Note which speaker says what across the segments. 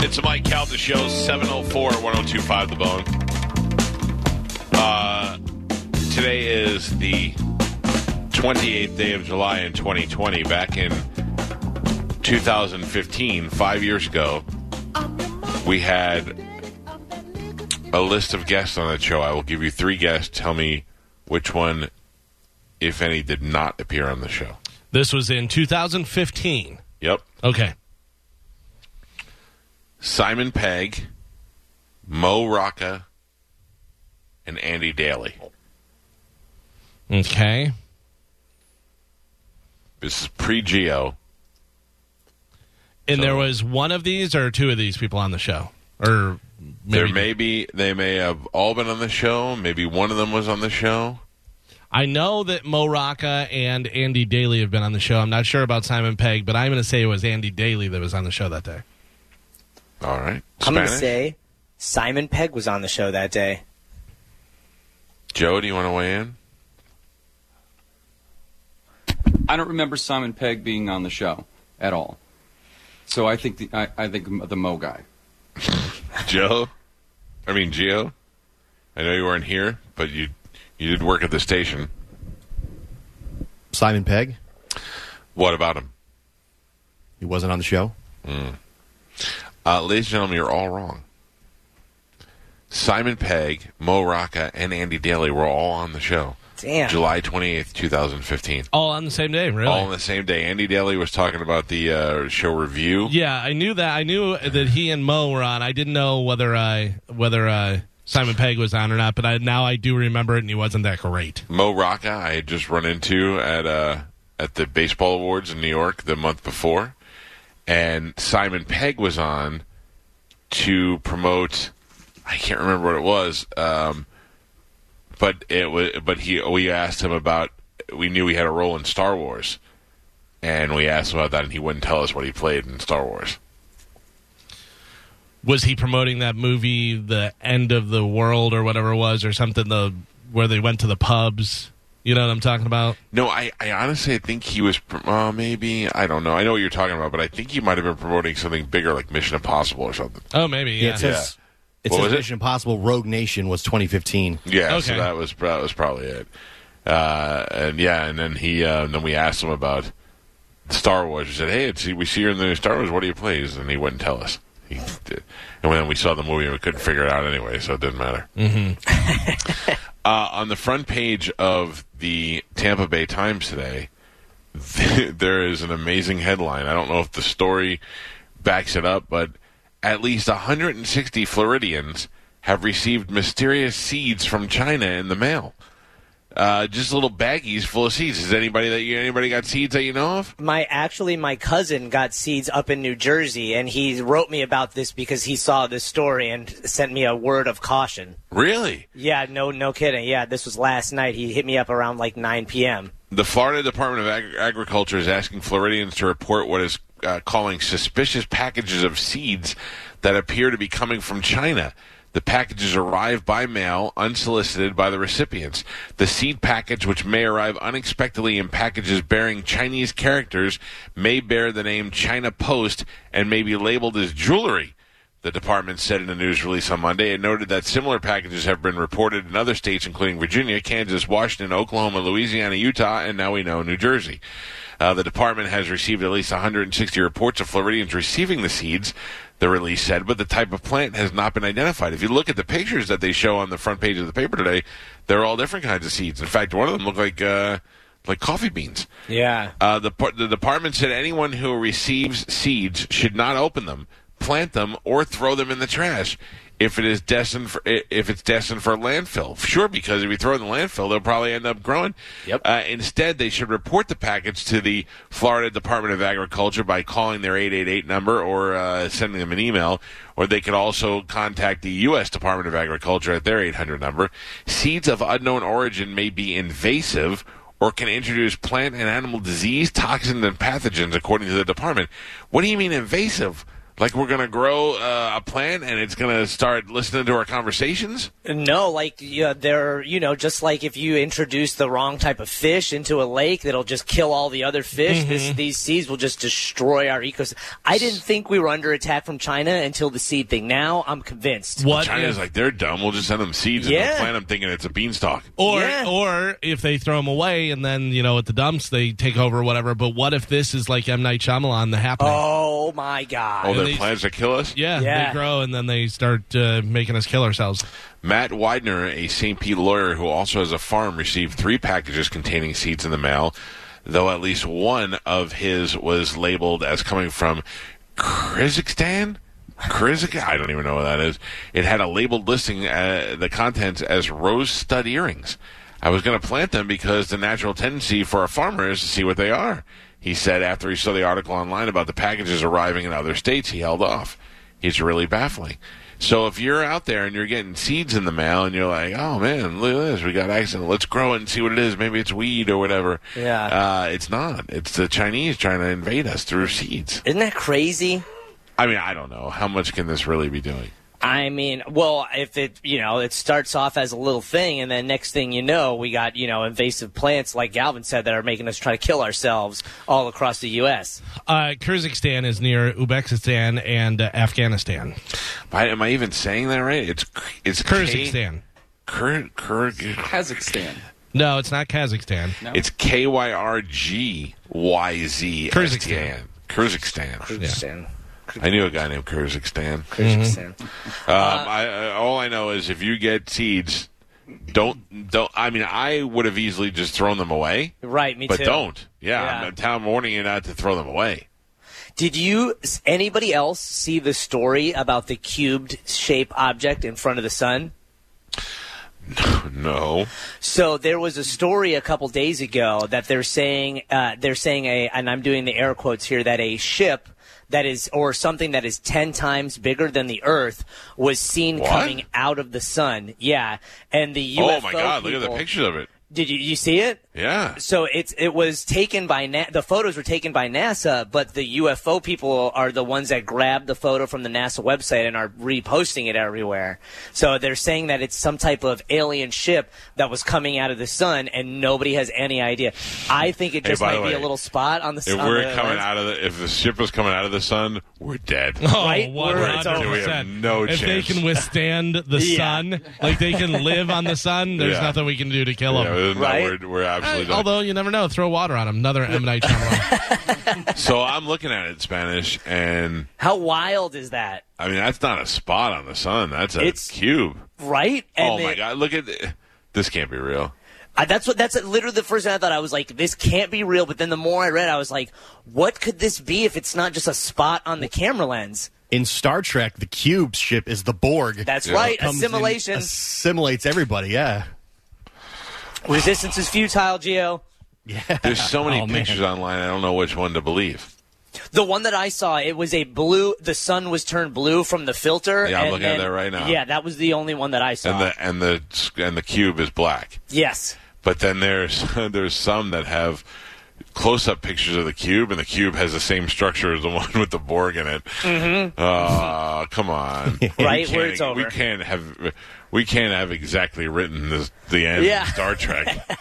Speaker 1: It's the Mike Calda Show, 704 1025 The Bone. Uh, today is the 28th day of July in 2020. Back in 2015, five years ago, we had a list of guests on that show. I will give you three guests. Tell me which one, if any, did not appear on the show.
Speaker 2: This was in 2015.
Speaker 1: Yep.
Speaker 2: Okay.
Speaker 1: Simon Pegg, Mo Rocca, and Andy Daly.
Speaker 2: Okay.
Speaker 1: This is pre Geo.
Speaker 2: And there was one of these or two of these people on the show, or maybe
Speaker 1: There may be they may have all been on the show. Maybe one of them was on the show.
Speaker 2: I know that Mo Rocca and Andy Daly have been on the show. I'm not sure about Simon Pegg, but I'm going to say it was Andy Daly that was on the show that day.
Speaker 1: All right.
Speaker 3: I'm going to
Speaker 1: Spanish?
Speaker 3: say Simon Pegg was on the show that day.
Speaker 1: Joe, do you want to weigh in?
Speaker 4: I don't remember Simon Pegg being on the show at all. So I think the, I, I think the Mo guy.
Speaker 1: Joe? I mean Geo? I know you weren't here, but you you did work at the station.
Speaker 5: Simon Pegg.
Speaker 1: What about him?
Speaker 5: He wasn't on the show.
Speaker 1: Uh, ladies and gentlemen, you're all wrong. Simon Pegg, Mo Rocca, and Andy Daly were all on the show.
Speaker 3: Damn.
Speaker 1: July 28th, 2015.
Speaker 2: All on the same day, really?
Speaker 1: All on the same day. Andy Daly was talking about the uh, show review.
Speaker 2: yeah, I knew that. I knew that he and Mo were on. I didn't know whether I whether uh, Simon Pegg was on or not, but I, now I do remember it, and he wasn't that great.
Speaker 1: Mo Rocca, I had just run into at uh, at the baseball awards in New York the month before, and Simon Pegg was on to promote. I can't remember what it was, um, but it was. But he we asked him about. We knew he had a role in Star Wars, and we asked him about that, and he wouldn't tell us what he played in Star Wars.
Speaker 2: was he promoting that movie the end of the world or whatever it was or something the where they went to the pubs you know what i'm talking about
Speaker 1: No, I, I honestly think he was pr- uh, maybe I don't know. I know what you're talking about, but I think he might have been promoting something bigger like Mission Impossible or something.
Speaker 2: oh maybe yeah,
Speaker 5: it
Speaker 1: Yeah.
Speaker 5: says, it
Speaker 1: What
Speaker 5: says
Speaker 1: was it?
Speaker 5: Mission Impossible Rogue Nation was 2015.
Speaker 1: Yeah, so
Speaker 2: Okay.
Speaker 1: that was that was probably it. Uh, and yeah, and then he uh, then we asked him about Star Wars. We said, "Hey, it's, we see you in the new Star Wars. What do you play?" And he wouldn't tell us. He did. And then we saw the movie and we couldn't figure it out anyway, so it didn't matter. Mm-hmm. uh, on the front page of the Tampa Bay Times today, there is an amazing headline. I don't know if the story backs it up, but at least 160 Floridians have received mysterious seeds from China in the mail. Uh, just little baggies full of seeds. Is anybody that you anybody got seeds that you know of?
Speaker 3: My actually, my cousin got seeds up in New Jersey, and he wrote me about this because he saw this story and sent me a word of caution.
Speaker 1: Really?
Speaker 3: Yeah, no, no kidding. Yeah, this was last night. He hit me up around like 9 p.m.
Speaker 1: The Florida Department of Ag- Agriculture is asking Floridians to report what is uh, calling suspicious packages of seeds that appear to be coming from China. The packages arrive by mail, unsolicited by the recipients. The seed package, which may arrive unexpectedly in packages bearing Chinese characters, may bear the name China Post and may be labeled as jewelry. The department said in a news release on Monday it noted that similar packages have been reported in other states, including Virginia, Kansas, Washington, Oklahoma, Louisiana, Utah, and now we know New Jersey. Uh, the department has received at least 160 reports of Floridians receiving the seeds, the release said, but the type of plant has not been identified. If you look at the pictures that they show on the front page of the paper today, they're all different kinds of seeds. In fact, one of them looked like uh, like coffee beans.
Speaker 3: Yeah.
Speaker 1: Uh, the, par- the department said anyone who receives seeds should not open them, plant them, or throw them in the trash if it is destined for i- if it's destined for landfill. Sure, because if you throw it in the landfill, they'll probably end up growing.
Speaker 5: Yep.
Speaker 1: Uh, instead, they should report the package to the Florida Department of Agriculture by calling their 888 number or uh, sending them an email. Or they could also contact the U.S. Department of Agriculture at their 800 number. Seeds of unknown origin may be invasive or can introduce plant and animal disease, toxins, and pathogens, according to the department. What do you mean invasive? Like we're going to grow uh, a plant and it's going to start listening to our conversations?
Speaker 3: No, like yeah, they're you know just like if you introduce the wrong type of fish into a lake, that'll just kill all the other fish. This,
Speaker 1: Mm-hmm.
Speaker 3: these seeds will just destroy our ecosystem. I didn't think we were under attack from China until the seed thing. Now I'm convinced.
Speaker 2: What
Speaker 1: China's
Speaker 2: if-
Speaker 1: like, they're dumb. We'll just send them seeds and
Speaker 3: Yeah.
Speaker 1: they'll plant them thinking it's a beanstalk.
Speaker 2: or
Speaker 3: Yeah.
Speaker 2: or if they throw them away and then you know at the dumps they take over or whatever. But what if this is like M Night Shyamalan, the happening?
Speaker 3: Oh my god!
Speaker 1: Oh, their
Speaker 2: they-
Speaker 1: plans to kill us?
Speaker 2: yeah,
Speaker 3: yeah.
Speaker 2: they grow and then they start uh, making us kill ourselves.
Speaker 1: Matt Widener, a St. Pete lawyer who also has a farm, received three packages containing seeds in the mail, though at least one of his was labeled as coming from Kyrgyzstan. Kyrgyzstan? I don't even know what that is. It had a labeled listing uh, the contents as rose stud earrings. I was going to plant them because the natural tendency for a farmer is to see what they are. He said after he saw the article online about the packages arriving in other states, he held off. It's really baffling. So if you're out there and you're getting seeds in the mail and you're like, oh man, look at this, we got accident. Let's grow it and see what it is. Maybe it's weed or whatever.
Speaker 3: Yeah.
Speaker 1: Uh, it's not. It's the Chinese trying to invade us through seeds.
Speaker 3: Isn't that crazy?
Speaker 1: I mean, I don't know. How much can this really be doing?
Speaker 3: I mean, well, if it you know it starts off as a little thing, and then next thing you know, we got you know invasive plants like Galvin said that are making us try to kill ourselves all across the U.S.
Speaker 2: Uh, Kyrgyzstan is near Uzbekistan and uh, Afghanistan.
Speaker 1: I, am I even saying that right? It's k- it's K-
Speaker 2: Kyrgyzstan.
Speaker 1: Kyr- Kyr-
Speaker 4: Kazakhstan.
Speaker 2: No, it's not Kazakhstan.
Speaker 1: It's K Y R G Y Z
Speaker 2: Kyrgyzstan.
Speaker 1: Kyrgyzstan.
Speaker 3: Kyrgyzstan.
Speaker 1: I knew a guy named Kyrgyzstan.
Speaker 3: Kyrgyzstan.
Speaker 1: Um,
Speaker 3: Uh,
Speaker 1: I, I, all I know is if you get seeds, don't don't. I mean, I would have easily just thrown them away,
Speaker 3: Right, me
Speaker 1: but
Speaker 3: too.
Speaker 1: don't. Yeah,
Speaker 3: Yeah.
Speaker 1: I'm, I'm telling- I'm warning you not to throw them away.
Speaker 3: Did you s- anybody else see the story about the cubed shape object in front of the sun?
Speaker 1: No,
Speaker 3: So there was a story a couple days ago that they're saying uh, they're saying a, and I'm doing the air quotes here that a ship that is or something that is ten times bigger than the Earth was seen
Speaker 1: What?
Speaker 3: coming out of the sun. Yeah, and the UFO.
Speaker 1: oh my God, look at the
Speaker 3: people-
Speaker 1: pictures of it.
Speaker 3: Did you, you see it?
Speaker 1: Yeah,
Speaker 3: So it's it was taken by Na- the photos were taken by NASA, but the UFO people are the ones that grabbed the photo from the NASA website and are reposting it everywhere. So they're saying that it's some type of alien ship that was coming out of the sun, and nobody has any idea. I think it just
Speaker 1: by
Speaker 3: might
Speaker 1: the
Speaker 3: be a
Speaker 1: way,
Speaker 3: little spot on the.
Speaker 1: if
Speaker 3: on
Speaker 1: we're
Speaker 3: the
Speaker 1: coming
Speaker 3: lens.
Speaker 1: out of the, if the ship is coming out of the sun, we're dead.
Speaker 2: Oh,
Speaker 3: Right? We're- it's
Speaker 2: 100%.
Speaker 3: over. We
Speaker 1: have no
Speaker 2: if they
Speaker 1: chance.
Speaker 2: can withstand the
Speaker 3: Yeah.
Speaker 2: sun, like they can live on the sun, there's
Speaker 1: Yeah.
Speaker 2: nothing we can do to kill
Speaker 1: Yeah,
Speaker 2: them.
Speaker 1: no,
Speaker 3: Right?
Speaker 1: we're, we're absolutely done.
Speaker 2: Although you never know, throw water on them. Another M Night Shyamalan.
Speaker 1: so I'm looking at it in Spanish, and
Speaker 3: How wild is that?
Speaker 1: I mean that's not a spot on the sun. That's a
Speaker 3: It's-
Speaker 1: cube.
Speaker 3: Right? And
Speaker 1: Oh my
Speaker 3: it-
Speaker 1: God, look at th- this. Can't be real.
Speaker 3: I, that's what that's literally the first thing I thought. I was like, this can't be real. But then the more I read, I was like, what could this be if it's not just a spot on the camera lens?
Speaker 5: In Star Trek, the cube ship is the Borg.
Speaker 3: That's
Speaker 1: Yeah.
Speaker 3: right,
Speaker 5: Comes in,
Speaker 3: assimilation.
Speaker 5: assimilates everybody. Yeah.
Speaker 3: Resistance is futile, Geo.
Speaker 1: There's so many
Speaker 5: Oh, man.
Speaker 1: pictures online. I don't know which one to believe.
Speaker 3: The one that I saw, it was a blue. The sun was turned blue from the filter.
Speaker 1: Yeah, I'm
Speaker 3: and
Speaker 1: looking at
Speaker 3: then-
Speaker 1: that right now.
Speaker 3: Yeah, that was the only one that I saw.
Speaker 1: and the and the and the cube is black.
Speaker 3: yes,
Speaker 1: But then there's there's some that have close-up pictures of the cube, and the cube has the same structure as the one with the Borg in it. Mm-hmm. Uh, come on, We
Speaker 3: Right,
Speaker 1: can't-
Speaker 3: where it's over.
Speaker 1: We can't have we can't have exactly written this, the end
Speaker 3: Yeah.
Speaker 1: of Star Trek.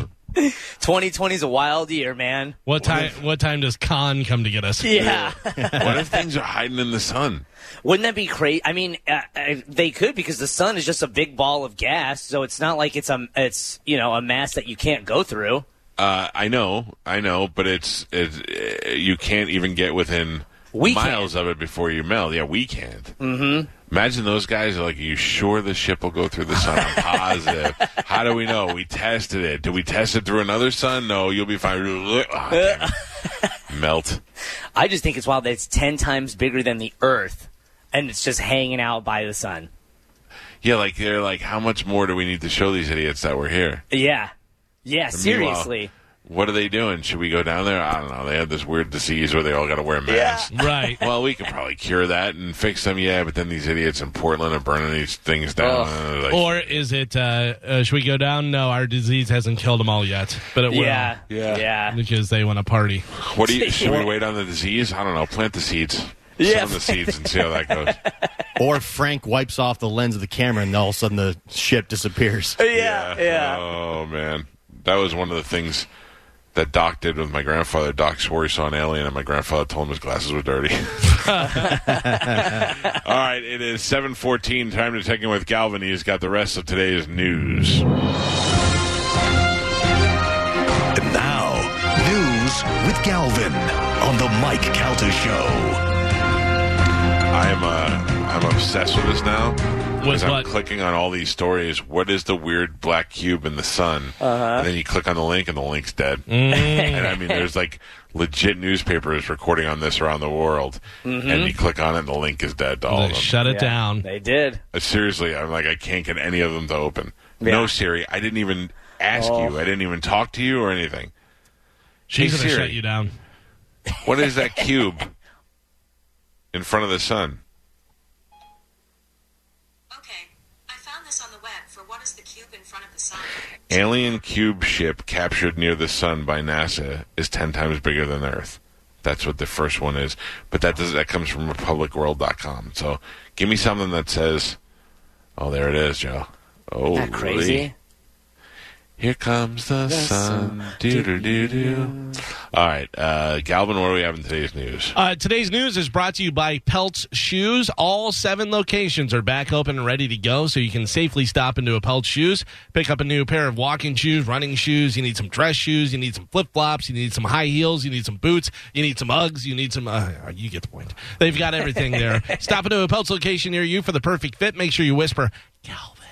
Speaker 3: 2020 is a wild year, man.
Speaker 2: What time? What time does Khan come to get us?
Speaker 3: Yeah,
Speaker 1: what if things are hiding in the sun?
Speaker 3: wouldn't that be crazy? I mean, uh, uh, they could because the sun is just a big ball of gas, so it's not like it's a it's you know a mass that you can't go through.
Speaker 1: Uh, I know, I know, but it's, it's uh, you can't even get within
Speaker 3: We
Speaker 1: miles of it before you melt. Yeah, we can't. Mm-hmm. Imagine those guys are like, "Are you sure the ship will go through the sun?" I'm positive. How do we know? We tested it. Did we test it through another sun? No, you'll be fine. Ah, damn it. melt.
Speaker 3: I just think it's wild that it's ten times bigger than the Earth, and it's just hanging out by the sun.
Speaker 1: Yeah, like they're like, how much more do we need to show these idiots that we're here?
Speaker 3: Yeah, yeah.
Speaker 1: Meanwhile,
Speaker 3: Seriously.
Speaker 1: what are they doing? Should we go down there? I don't know. They have this weird disease where they all got to wear masks.
Speaker 2: Right.
Speaker 1: Well, we could probably cure that and fix them, yeah. But then these idiots in Portland are burning these things down. and they're like,
Speaker 2: Or is it? Uh, uh, should we go down? No, our disease hasn't killed them all yet, but it
Speaker 3: Yeah.
Speaker 1: Yeah.
Speaker 3: Yeah.
Speaker 2: will because they want to party.
Speaker 1: what do you? Should we wait on the disease? I don't know. Plant the seeds. Sow the seeds and see how that goes.
Speaker 5: Or Frank wipes off the lens of the camera, and all of a sudden the ship disappears.
Speaker 3: yeah, yeah.
Speaker 1: Oh man, that was one of the things that Doc did with my grandfather. Doc swore he saw an alien, and my grandfather told him his glasses were dirty. All right, it is seven fourteen. Time to check in with Galvin. He's got the rest of today's news.
Speaker 6: And now, news with Galvin on the Mike Calter Show.
Speaker 1: I am uh, I'm obsessed with this now. because I'm
Speaker 2: what?
Speaker 1: clicking on all these stories. What is the weird black cube in the sun? And then you click on the link, and the link's dead. and I mean, there's like legit newspapers recording on this around the world, and you click on it, and the link is dead to all
Speaker 2: They
Speaker 1: of them.
Speaker 2: shut it
Speaker 3: Yeah,
Speaker 2: down.
Speaker 3: They did.
Speaker 1: Uh, Seriously, I'm like, I can't get any of them to open.
Speaker 3: Yeah.
Speaker 1: No, Siri, I didn't even ask you. I didn't even talk to you or anything.
Speaker 2: She's
Speaker 1: Hey,
Speaker 2: gonna
Speaker 1: Siri.
Speaker 2: shut you down.
Speaker 1: What is that cube in front of the sun?
Speaker 7: Okay, I found this on the web for what is the cube in front of the sun.
Speaker 1: Alien cube ship captured near the sun by NASA is ten times bigger than Earth. That's what the first one is, but that does that comes from RepublicWorld.com. So give me something that says, "Oh, there it is, Joe." Oh,
Speaker 3: Isn't that crazy?
Speaker 1: Here comes the, sun. Doo doo doo doo. All right, uh, Galvin, what do we have in today's news?
Speaker 2: Uh, today's news is brought to you by Pelt's Shoes. All seven locations are back open and ready to go, so you can safely stop into a Pelt's Shoes, pick up a new pair of walking shoes, running shoes. You need some dress shoes. You need some flip flops. You need some high heels. You need some boots. You need some Uggs. You need some. Uh, you get the point. They've got everything there. stop into a Pelt's location near you for the perfect fit. Make sure you whisper, Calvin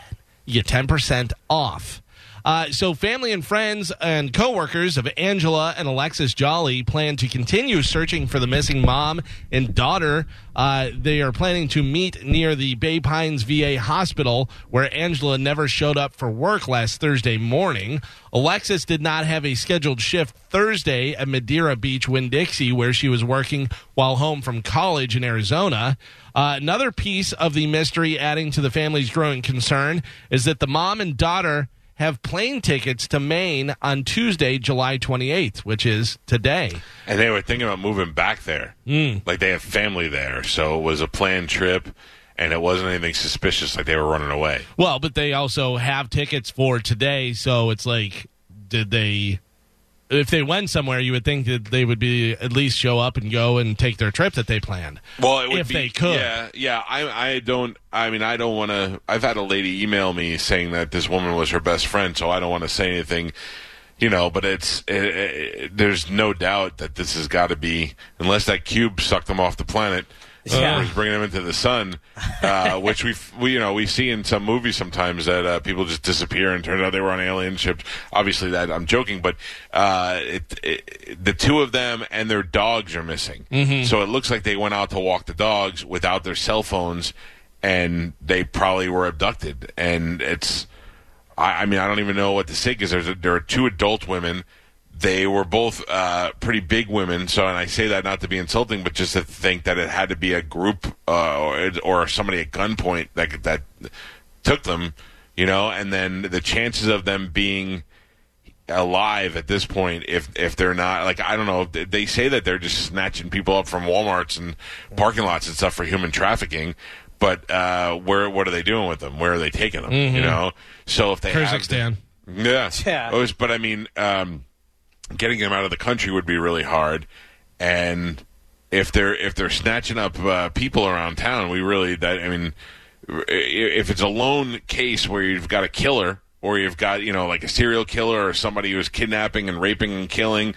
Speaker 2: you get 10% off. Uh, so, family and friends and coworkers of Angela and Alexis Jolly plan to continue searching for the missing mom and daughter. Uh, they are planning to meet near the Bay Pines VA hospital where Angela never showed up for work last Thursday morning. Alexis did not have a scheduled shift Thursday at Madeira Beach, Winn Dixie, where she was working while home from college in Arizona. Uh, another piece of the mystery adding to the family's growing concern is that the mom and daughter have plane tickets to Maine on Tuesday, July 28th, which is today.
Speaker 1: And they were thinking about moving back there. Mm. Like they have family there, so it was a planned trip, and it wasn't anything suspicious. Like they were running away.
Speaker 2: Well, but they also have tickets for today, so it's like, did they. If they went somewhere, you would think that they would be at least show up and go and take their trip that they planned.
Speaker 1: Well, it would
Speaker 2: if
Speaker 1: be,
Speaker 2: they could.
Speaker 1: Yeah, yeah. I, I don't. I mean, I don't want to. I've had a lady email me saying that this woman was her best friend, so I don't want to say anything. You know, but it's it, it, there's no doubt that this has got to be unless that cube sucked them off the planet.
Speaker 3: Yeah.
Speaker 1: Or is bringing them into the sun, uh, which we, we you know we see in some movies sometimes that uh, people just disappear and turns out they were on alien ships. Obviously, that I'm joking, but uh, it, it, the two of them and their dogs are missing. So it looks like they went out to walk the dogs without their cell phones, and they probably were abducted. And it's I, I mean, I don't even know what to say because there's a, there are two adult women. They were both uh, pretty big women, so and I say that not to be insulting, but just to think that it had to be a group uh, or, or somebody at gunpoint that that took them, you know, and then the chances of them being alive at this point if if they're not like I don't know they- they say that they're just snatching people up from Walmarts and parking lots and stuff for human trafficking but uh where what are they doing with them where are they taking them you know so if they have-
Speaker 2: Kyrgyzstan.
Speaker 1: yeah.
Speaker 3: Yeah.
Speaker 1: It was- but I mean, um, getting them out of the country would be really hard. And if they're if they're snatching up uh, people around town, we really that I mean, i- if it's a lone case where you've got a killer or you've got you know like a serial killer or somebody who's kidnapping and raping and killing.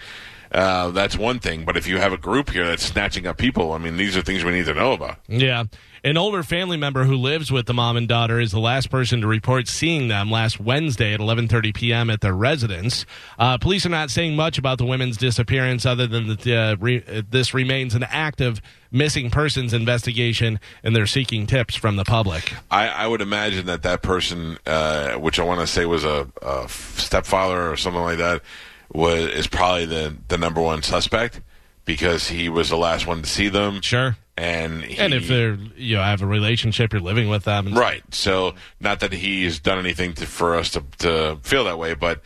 Speaker 1: Uh, that's one thing, but if you have a group here that's snatching up people, I mean, these are things we need to know about.
Speaker 2: Yeah. An older family member who lives with the mom and daughter is the last person to report seeing them last Wednesday at 11:30 p.m. at their residence. Uh, police are not saying much about the women's disappearance, other than that uh, re- uh, this remains an active missing persons investigation, and they're seeking tips from the public.
Speaker 1: I, I would imagine that that person, uh, which I want to say was a, a stepfather or something like that, was is probably the the number one suspect because he was the last one to see them.
Speaker 2: Sure.
Speaker 1: and he,
Speaker 2: And if they're you know have a relationship, you're living with them. and-
Speaker 1: right, so not that he's done anything to, for us to to feel that way, but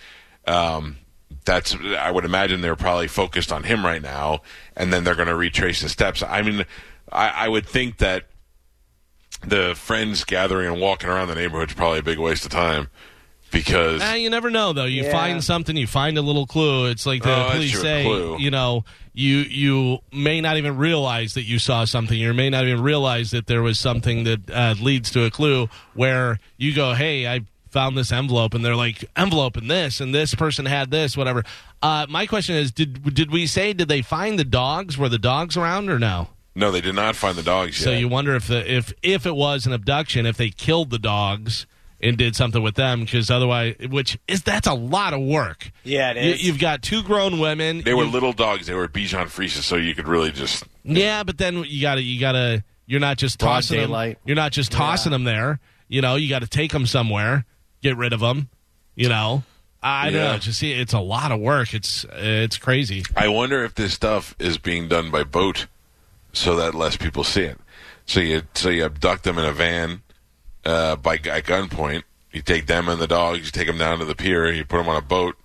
Speaker 1: um, that's I would imagine they're probably focused on him right now, and then they're going to retrace the steps. I mean. I, I would think that the friends gathering and walking around the neighborhood is probably a big waste of time because
Speaker 2: Eh, you never know though. You
Speaker 3: Yeah.
Speaker 2: find something, you find a little clue. It's like the
Speaker 1: Oh, that's
Speaker 2: police
Speaker 1: your
Speaker 2: say,
Speaker 1: clue.
Speaker 2: you know, you you may not even realize that you saw something. You may not even realize that there was something that uh, leads to a clue where you go, "Hey, I found this envelope," and they're like, "Envelope and this and this person had this, whatever." Uh, my question is, did did we say did they find the dogs? Were the dogs around or no?
Speaker 1: no, they did not find the dogs yet.
Speaker 2: So you wonder if the if if it was an abduction, if they killed the dogs and did something with them, because otherwise, which is that's a lot of work.
Speaker 3: Yeah, it
Speaker 2: You,
Speaker 3: is.
Speaker 2: you've got two grown women.
Speaker 1: they were
Speaker 2: You-
Speaker 1: little dogs. They were Bichon Frises, so you could really just
Speaker 2: yeah, but then you gotta you gotta you're not just
Speaker 5: Broad
Speaker 2: tossing
Speaker 5: daylight.
Speaker 2: them. You're not just tossing them there. You know, you got to take them somewhere, get rid of them. You know, I don't
Speaker 1: Yeah.
Speaker 2: know. Just see, it's a lot of work. It's it's crazy.
Speaker 1: I wonder if this stuff is being done by boat so that less people see it. So you so you abduct them in a van uh, by at gunpoint. You take them and the dogs. You take them down to the pier. You put them on a boat,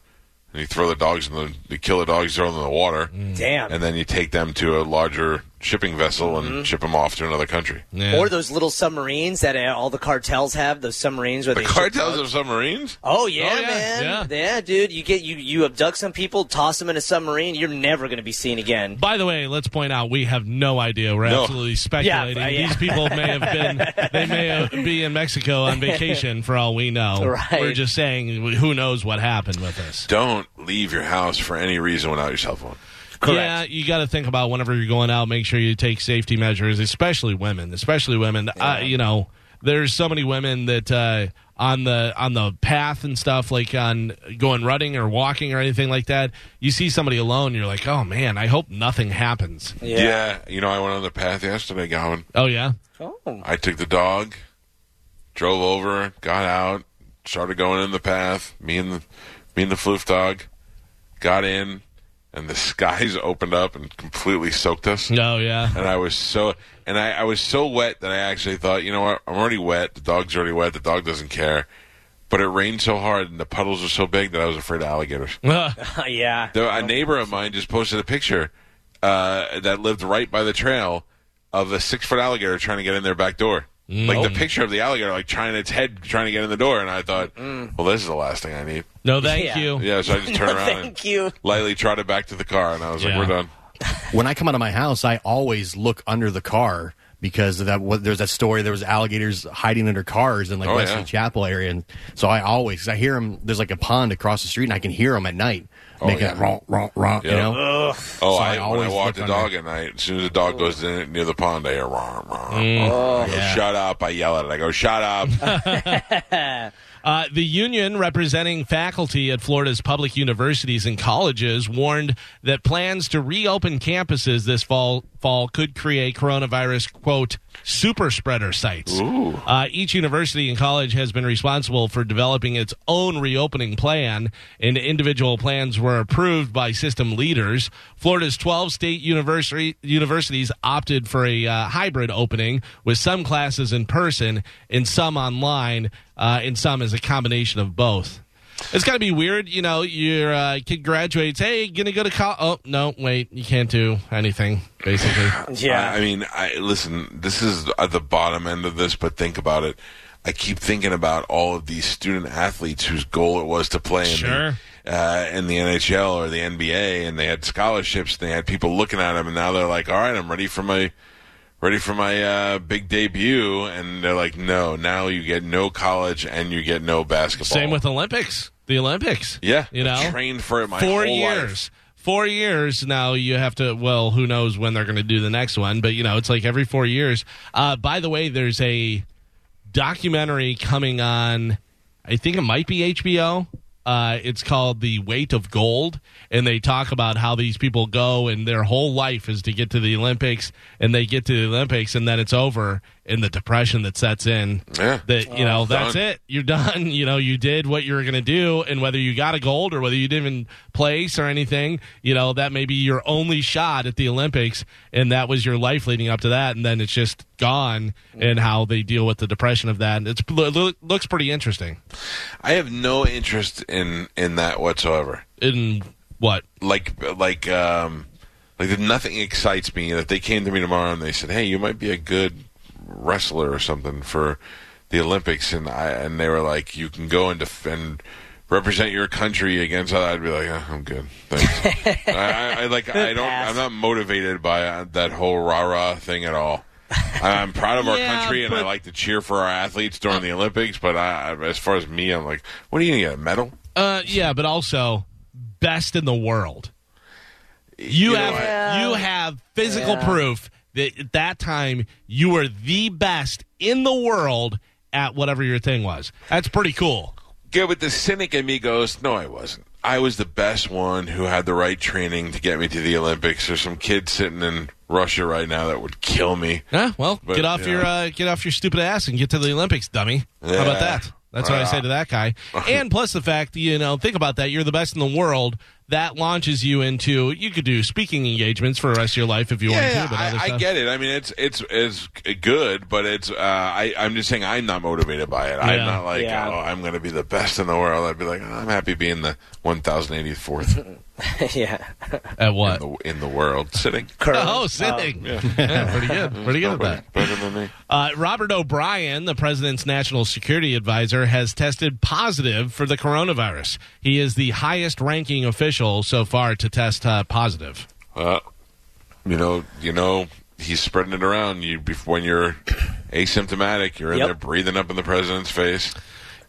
Speaker 1: and you throw the dogs in the you kill the dogs, throw them in the water,
Speaker 3: Damn.
Speaker 1: and then you take them to a larger shipping vessel and ship them off to another country.
Speaker 2: Yeah.
Speaker 3: Or those little submarines that uh, all the cartels have. Those submarines where
Speaker 1: The
Speaker 3: they
Speaker 1: cartels of submarines.
Speaker 3: Oh yeah,
Speaker 2: Oh, yeah,
Speaker 3: man. Yeah. dude. You get you you abduct some people, toss them in a submarine. You're never going to be seen again.
Speaker 2: By the way, let's point out we have no idea. We're
Speaker 1: No.
Speaker 2: absolutely speculating.
Speaker 3: Yeah, uh, yeah.
Speaker 2: These people may have been, they may have, be in Mexico on vacation for all we know.
Speaker 3: Right.
Speaker 2: We're just saying, who knows what happened with us.
Speaker 1: Don't leave your house for any reason without your cell phone.
Speaker 2: Yeah, you got to think about whenever you're going out, make sure you take safety measures, especially women, especially women. Uh, you know, there's so many women that uh, on the on the path and stuff, like on going running or walking or anything like that. You see somebody alone, you're like, oh man, I hope nothing happens.
Speaker 1: Yeah. you know I went on the path yesterday, Gowan.
Speaker 2: Oh yeah.
Speaker 3: Oh.
Speaker 1: I took the dog, drove over, got out, started going in the path. Me and the me and the floof dog got in, and the skies opened up and completely soaked us.
Speaker 2: Oh yeah.
Speaker 1: And I was so and I, I was so wet that I actually thought, you know what? I'm already wet. The dog's already wet. The dog doesn't care. But it rained so hard and the puddles were so big that I was afraid of alligators.
Speaker 3: yeah.
Speaker 1: There, a neighbor of mine just posted a picture uh, that lived right by the trail of a six foot alligator trying to get in their back door.
Speaker 5: Mm.
Speaker 1: Like
Speaker 5: Oh.
Speaker 1: the picture of the alligator, like trying its head, trying to get in the door, and I thought, well, this is the last thing I need.
Speaker 2: No, thank
Speaker 3: Yeah.
Speaker 5: Oh.
Speaker 2: you.
Speaker 1: Yeah, so I just turned around
Speaker 3: Thank
Speaker 1: and
Speaker 3: you.
Speaker 1: lightly trotted back to the car, and I was
Speaker 2: Yeah.
Speaker 1: like, we're done.
Speaker 5: When I come out of my house, I always look under the car because of that what, there's that story there was alligators hiding under cars in like
Speaker 1: Oh,
Speaker 5: Wesley
Speaker 1: yeah.
Speaker 5: Chapel area, and so I always 'cause I hear them. There's like a pond across the street, and I can hear them at night making
Speaker 1: Oh, yeah.
Speaker 5: that ronk ronk ronk.
Speaker 1: Yeah.
Speaker 5: You know,
Speaker 1: Oh,
Speaker 5: So
Speaker 1: I,
Speaker 5: I
Speaker 1: when
Speaker 5: always
Speaker 1: I walk
Speaker 5: look
Speaker 1: the
Speaker 5: under.
Speaker 1: dog at night, as soon as the dog goes in, near the pond, I hear rawr, rawr, rawr. I go,
Speaker 5: Mm. Yeah.
Speaker 1: shut up. I yell at it. I go, shut up.
Speaker 2: Uh, the union representing faculty at Florida's public universities and colleges warned that plans to reopen campuses this fall fall could create coronavirus quote super spreader sites. Uh, each university and college has been responsible for developing its own reopening plan, and individual plans were approved by system leaders. Florida's 12 state university, universities opted for a uh, hybrid opening with some classes in person and some online, uh, and some as a combination of both. It's got to be weird, you know. Your uh, kid graduates. Hey, gonna go to college? Oh no, wait, you can't do anything. Basically,
Speaker 1: I, I mean, I listen. This is at the bottom end of this, but think about it. I keep thinking about all of these student athletes whose goal it was to play in,
Speaker 2: Sure.
Speaker 1: the, uh, in the NHL or the NBA, and they had scholarships. And they had people looking at them, and now they're like, "All right, I'm ready for my." Ready for my uh, big debut, and they're like, "No, now you get no college and you get no basketball."
Speaker 2: same with Olympics. The Olympics.
Speaker 1: yeah,
Speaker 2: you
Speaker 1: I
Speaker 2: know,
Speaker 1: trained for it my
Speaker 2: four
Speaker 1: whole life.
Speaker 2: years. Four years now. You have to. Well, who knows when they're going to do the next one? But you know, it's like every four years. Uh, by the way, there's a documentary coming on. I think it might be HBO. Uh, it's called The Weight of Gold, and they talk about how these people go and their whole life is to get to the Olympics, and they get to the Olympics, and then it's over, and the depression that sets in.
Speaker 1: Yeah.
Speaker 2: That you know, that's
Speaker 1: done.
Speaker 2: it. You're done. You know, you did what you were going to do, and whether you got a gold or whether you didn't even place or anything, you know, that may be your only shot at the Olympics, and that was your life leading up to that, and then it's just gone. And how they deal with the depression of that, and it's lo- lo- looks pretty interesting.
Speaker 1: I have no interest in in that whatsoever.
Speaker 2: In what?
Speaker 1: like like um Like that nothing excites me. That they came to me tomorrow and they said, "Hey, you might be a good wrestler or something for the Olympics," and I and they were like, "You can go and defend." Represent your country against other. I'd be like, "Uh, I'm good, thanks. I, I, I like, I don't, I'm not motivated by uh, that whole rah rah thing at all. I'm proud of our
Speaker 2: Yeah,
Speaker 1: country, and I
Speaker 2: but-
Speaker 1: like to cheer for our athletes during the Olympics. But I, I- as far as me, I'm like, what are you gonna get a medal?
Speaker 2: Uh, yeah, but also best in the world. You,
Speaker 1: know,
Speaker 2: have you have physical proof that at that time you were the best in the world at whatever your thing was. That's pretty cool.
Speaker 1: Yeah, but the cynic in me goes, no, I wasn't. I was the best one who had the right training to get me to the Olympics. There's some kid sitting in Russia right now that would kill me.
Speaker 2: Yeah, well,
Speaker 1: But,
Speaker 2: get off
Speaker 1: yeah.
Speaker 2: your uh, get off your stupid ass and get to the Olympics, dummy. How
Speaker 1: Yeah.
Speaker 2: about that? That's what I say to that guy. and plus the fact, you know, think about that. You're the best in the world. That launches you into you could do speaking engagements for the rest of your life if you want
Speaker 1: Yeah,
Speaker 2: to. But other
Speaker 1: I, I
Speaker 2: stuff-
Speaker 1: get it. I mean, it's it's it's good, but it's uh, I I'm just saying I'm not motivated by it. I'm
Speaker 2: Yeah.
Speaker 1: not like
Speaker 3: Yeah.
Speaker 1: oh I'm going to be the best in the world. I'd be like "Oh, I'm happy being the 1084th in
Speaker 3: yeah.
Speaker 2: at what?
Speaker 1: the in the world sitting.
Speaker 3: Curling.
Speaker 2: Oh, sitting. yeah. pretty good. Pretty good at that.
Speaker 1: Better than me.
Speaker 2: Uh, Robert O'Brien, the president's national security advisor, has tested positive for the coronavirus. He is the highest ranking official so far to test uh, positive.
Speaker 1: Uh, you know, you know, he's spreading it around. You bef- when you're asymptomatic, you're in
Speaker 3: Yep.
Speaker 1: there breathing up in the president's face.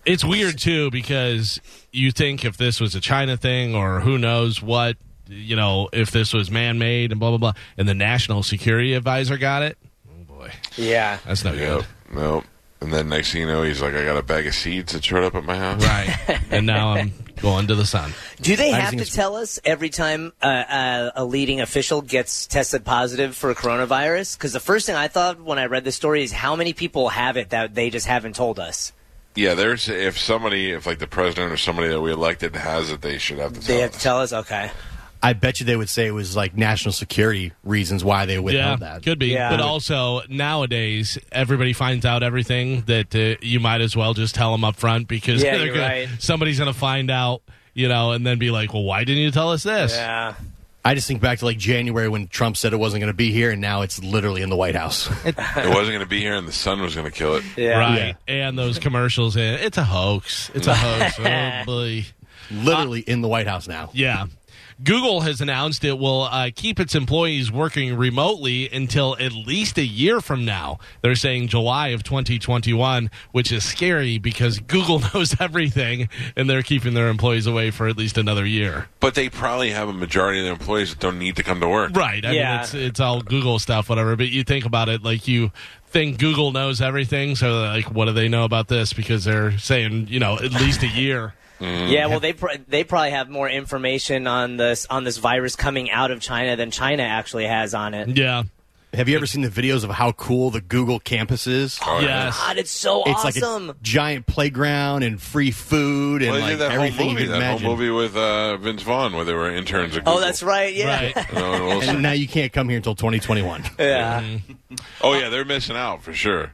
Speaker 2: It's weird, too, because you think if this was a China thing or who knows what, you know, if this was man made and blah, blah, blah, and the national security advisor got it. Oh, boy.
Speaker 3: Yeah.
Speaker 2: That's no
Speaker 1: Yep.
Speaker 2: good.
Speaker 1: Nope. And then next thing you know, he's like, "I got a bag of seeds that showed up at my house."
Speaker 2: Right. and now I'm going to the sun.
Speaker 3: Do they
Speaker 5: I
Speaker 3: have
Speaker 5: think
Speaker 3: to
Speaker 5: it's-
Speaker 3: tell us every time uh, uh, a leading official gets tested positive for coronavirus? Because the first thing I thought when I read this story is how many people have it that they just haven't told us.
Speaker 1: Yeah, there's if somebody, if like the president or somebody that we elected has it, they should have to.
Speaker 3: They
Speaker 1: tell
Speaker 3: have to
Speaker 1: us.
Speaker 3: tell us. Okay.
Speaker 5: I bet you they would say it was like national security reasons why they
Speaker 2: Yeah,
Speaker 5: withheld that.
Speaker 2: could be.
Speaker 3: Yeah.
Speaker 2: But also nowadays, everybody finds out everything that uh, you might as well just tell them up front because
Speaker 3: Yeah,
Speaker 2: they're
Speaker 3: you're
Speaker 2: gonna,
Speaker 3: right.
Speaker 2: somebody's going to find out, you know, and then be like, "Well, why didn't you tell us this?"
Speaker 3: Yeah.
Speaker 5: I just think back to like January when Trump said it wasn't going to be here, and now it's literally in the White House.
Speaker 1: It wasn't going to be here, and the sun was going to kill it.
Speaker 3: Yeah.
Speaker 2: Right, and those commercials, and it's a hoax. It's a hoax. Oh, boy.
Speaker 5: literally in the White House now.
Speaker 2: Yeah. Google has announced it will uh, keep its employees working remotely until at least a year from now. They're saying July of 2021, which is scary because Google knows everything and they're keeping their employees away for at least another year.
Speaker 1: But they probably have a majority of their employees that don't need to come to work.
Speaker 2: Right. I mean,
Speaker 3: Yeah.
Speaker 2: it's, it's all Google stuff, whatever. But you think about it, like you think Google knows everything. So, like, what do they know about this? Because they're saying, you know, at least a year.
Speaker 3: Yeah, well, they pr- they probably have more information on this on this virus coming out of China than China actually has on it.
Speaker 2: Yeah.
Speaker 5: Have you ever seen the videos of how cool the Google campus is?
Speaker 1: Oh, yeah.
Speaker 2: Yes.
Speaker 3: God, it's so
Speaker 5: It's
Speaker 3: awesome.
Speaker 5: like a giant playground and free food and
Speaker 1: Well, they
Speaker 5: like
Speaker 1: did that whole
Speaker 5: everything
Speaker 1: movie,
Speaker 5: you
Speaker 1: that
Speaker 5: can imagine.
Speaker 1: whole movie with uh, Vince Vaughn, where they were interns. At Google.
Speaker 3: oh, that's right. Yeah.
Speaker 2: Right.
Speaker 1: You know, and Wilson.
Speaker 5: And now you can't come here until 2021.
Speaker 3: Yeah.
Speaker 2: Mm-hmm.
Speaker 1: oh yeah, they're missing out for sure.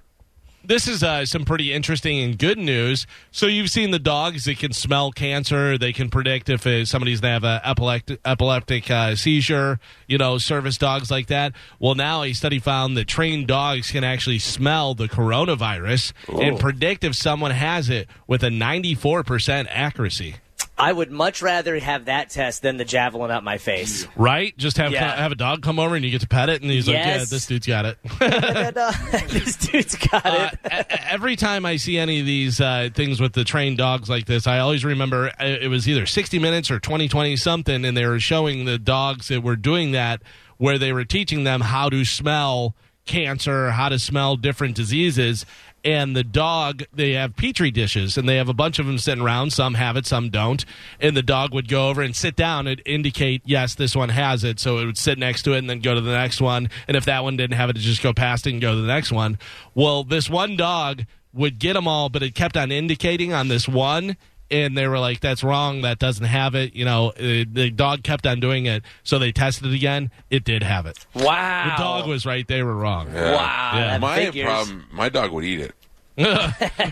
Speaker 2: this is uh, some pretty interesting and good news. So you've seen the dogs that can smell cancer. They can predict if uh, somebody's going to have an epileptic, epileptic uh, seizure, you know, service dogs like that. Well, now a study found that trained dogs can actually smell the coronavirus
Speaker 3: Oh.
Speaker 2: and predict if someone has it with a 94% accuracy.
Speaker 3: I would much rather have that test than the javelin up my face.
Speaker 2: Right? Just have
Speaker 3: Yeah.
Speaker 2: have a dog come over and you get to pet it, and he's like, "Yeah,
Speaker 3: Yes.
Speaker 2: this dude's got it."
Speaker 3: And, uh, this dude's got
Speaker 2: Uh,
Speaker 3: it.
Speaker 2: e- e- every time I see any of these uh, things with the trained dogs like this, I always remember uh, it was either 60 Minutes or 2020 something, and they were showing the dogs that were doing that where they were teaching them how to smell cancer, how to smell different diseases. And the dog, they have petri dishes, and they have a bunch of them sitting around. Some have it, some don't. And the dog would go over and sit down and indicate, yes, this one has it. So it would sit next to it and then go to the next one. And if that one didn't have it, it'd just go past it and go to the next one. Well, this one dog would get them all, but it kept on indicating on this one. And they were like, that's wrong. That doesn't have it. You know, uh, the dog kept on doing it. So they tested it again. It did have it.
Speaker 3: Wow.
Speaker 2: The dog was right. They were wrong.
Speaker 1: Yeah.
Speaker 3: Wow.
Speaker 2: Yeah.
Speaker 3: that
Speaker 1: My
Speaker 3: figures.
Speaker 1: problem, my dog would eat it.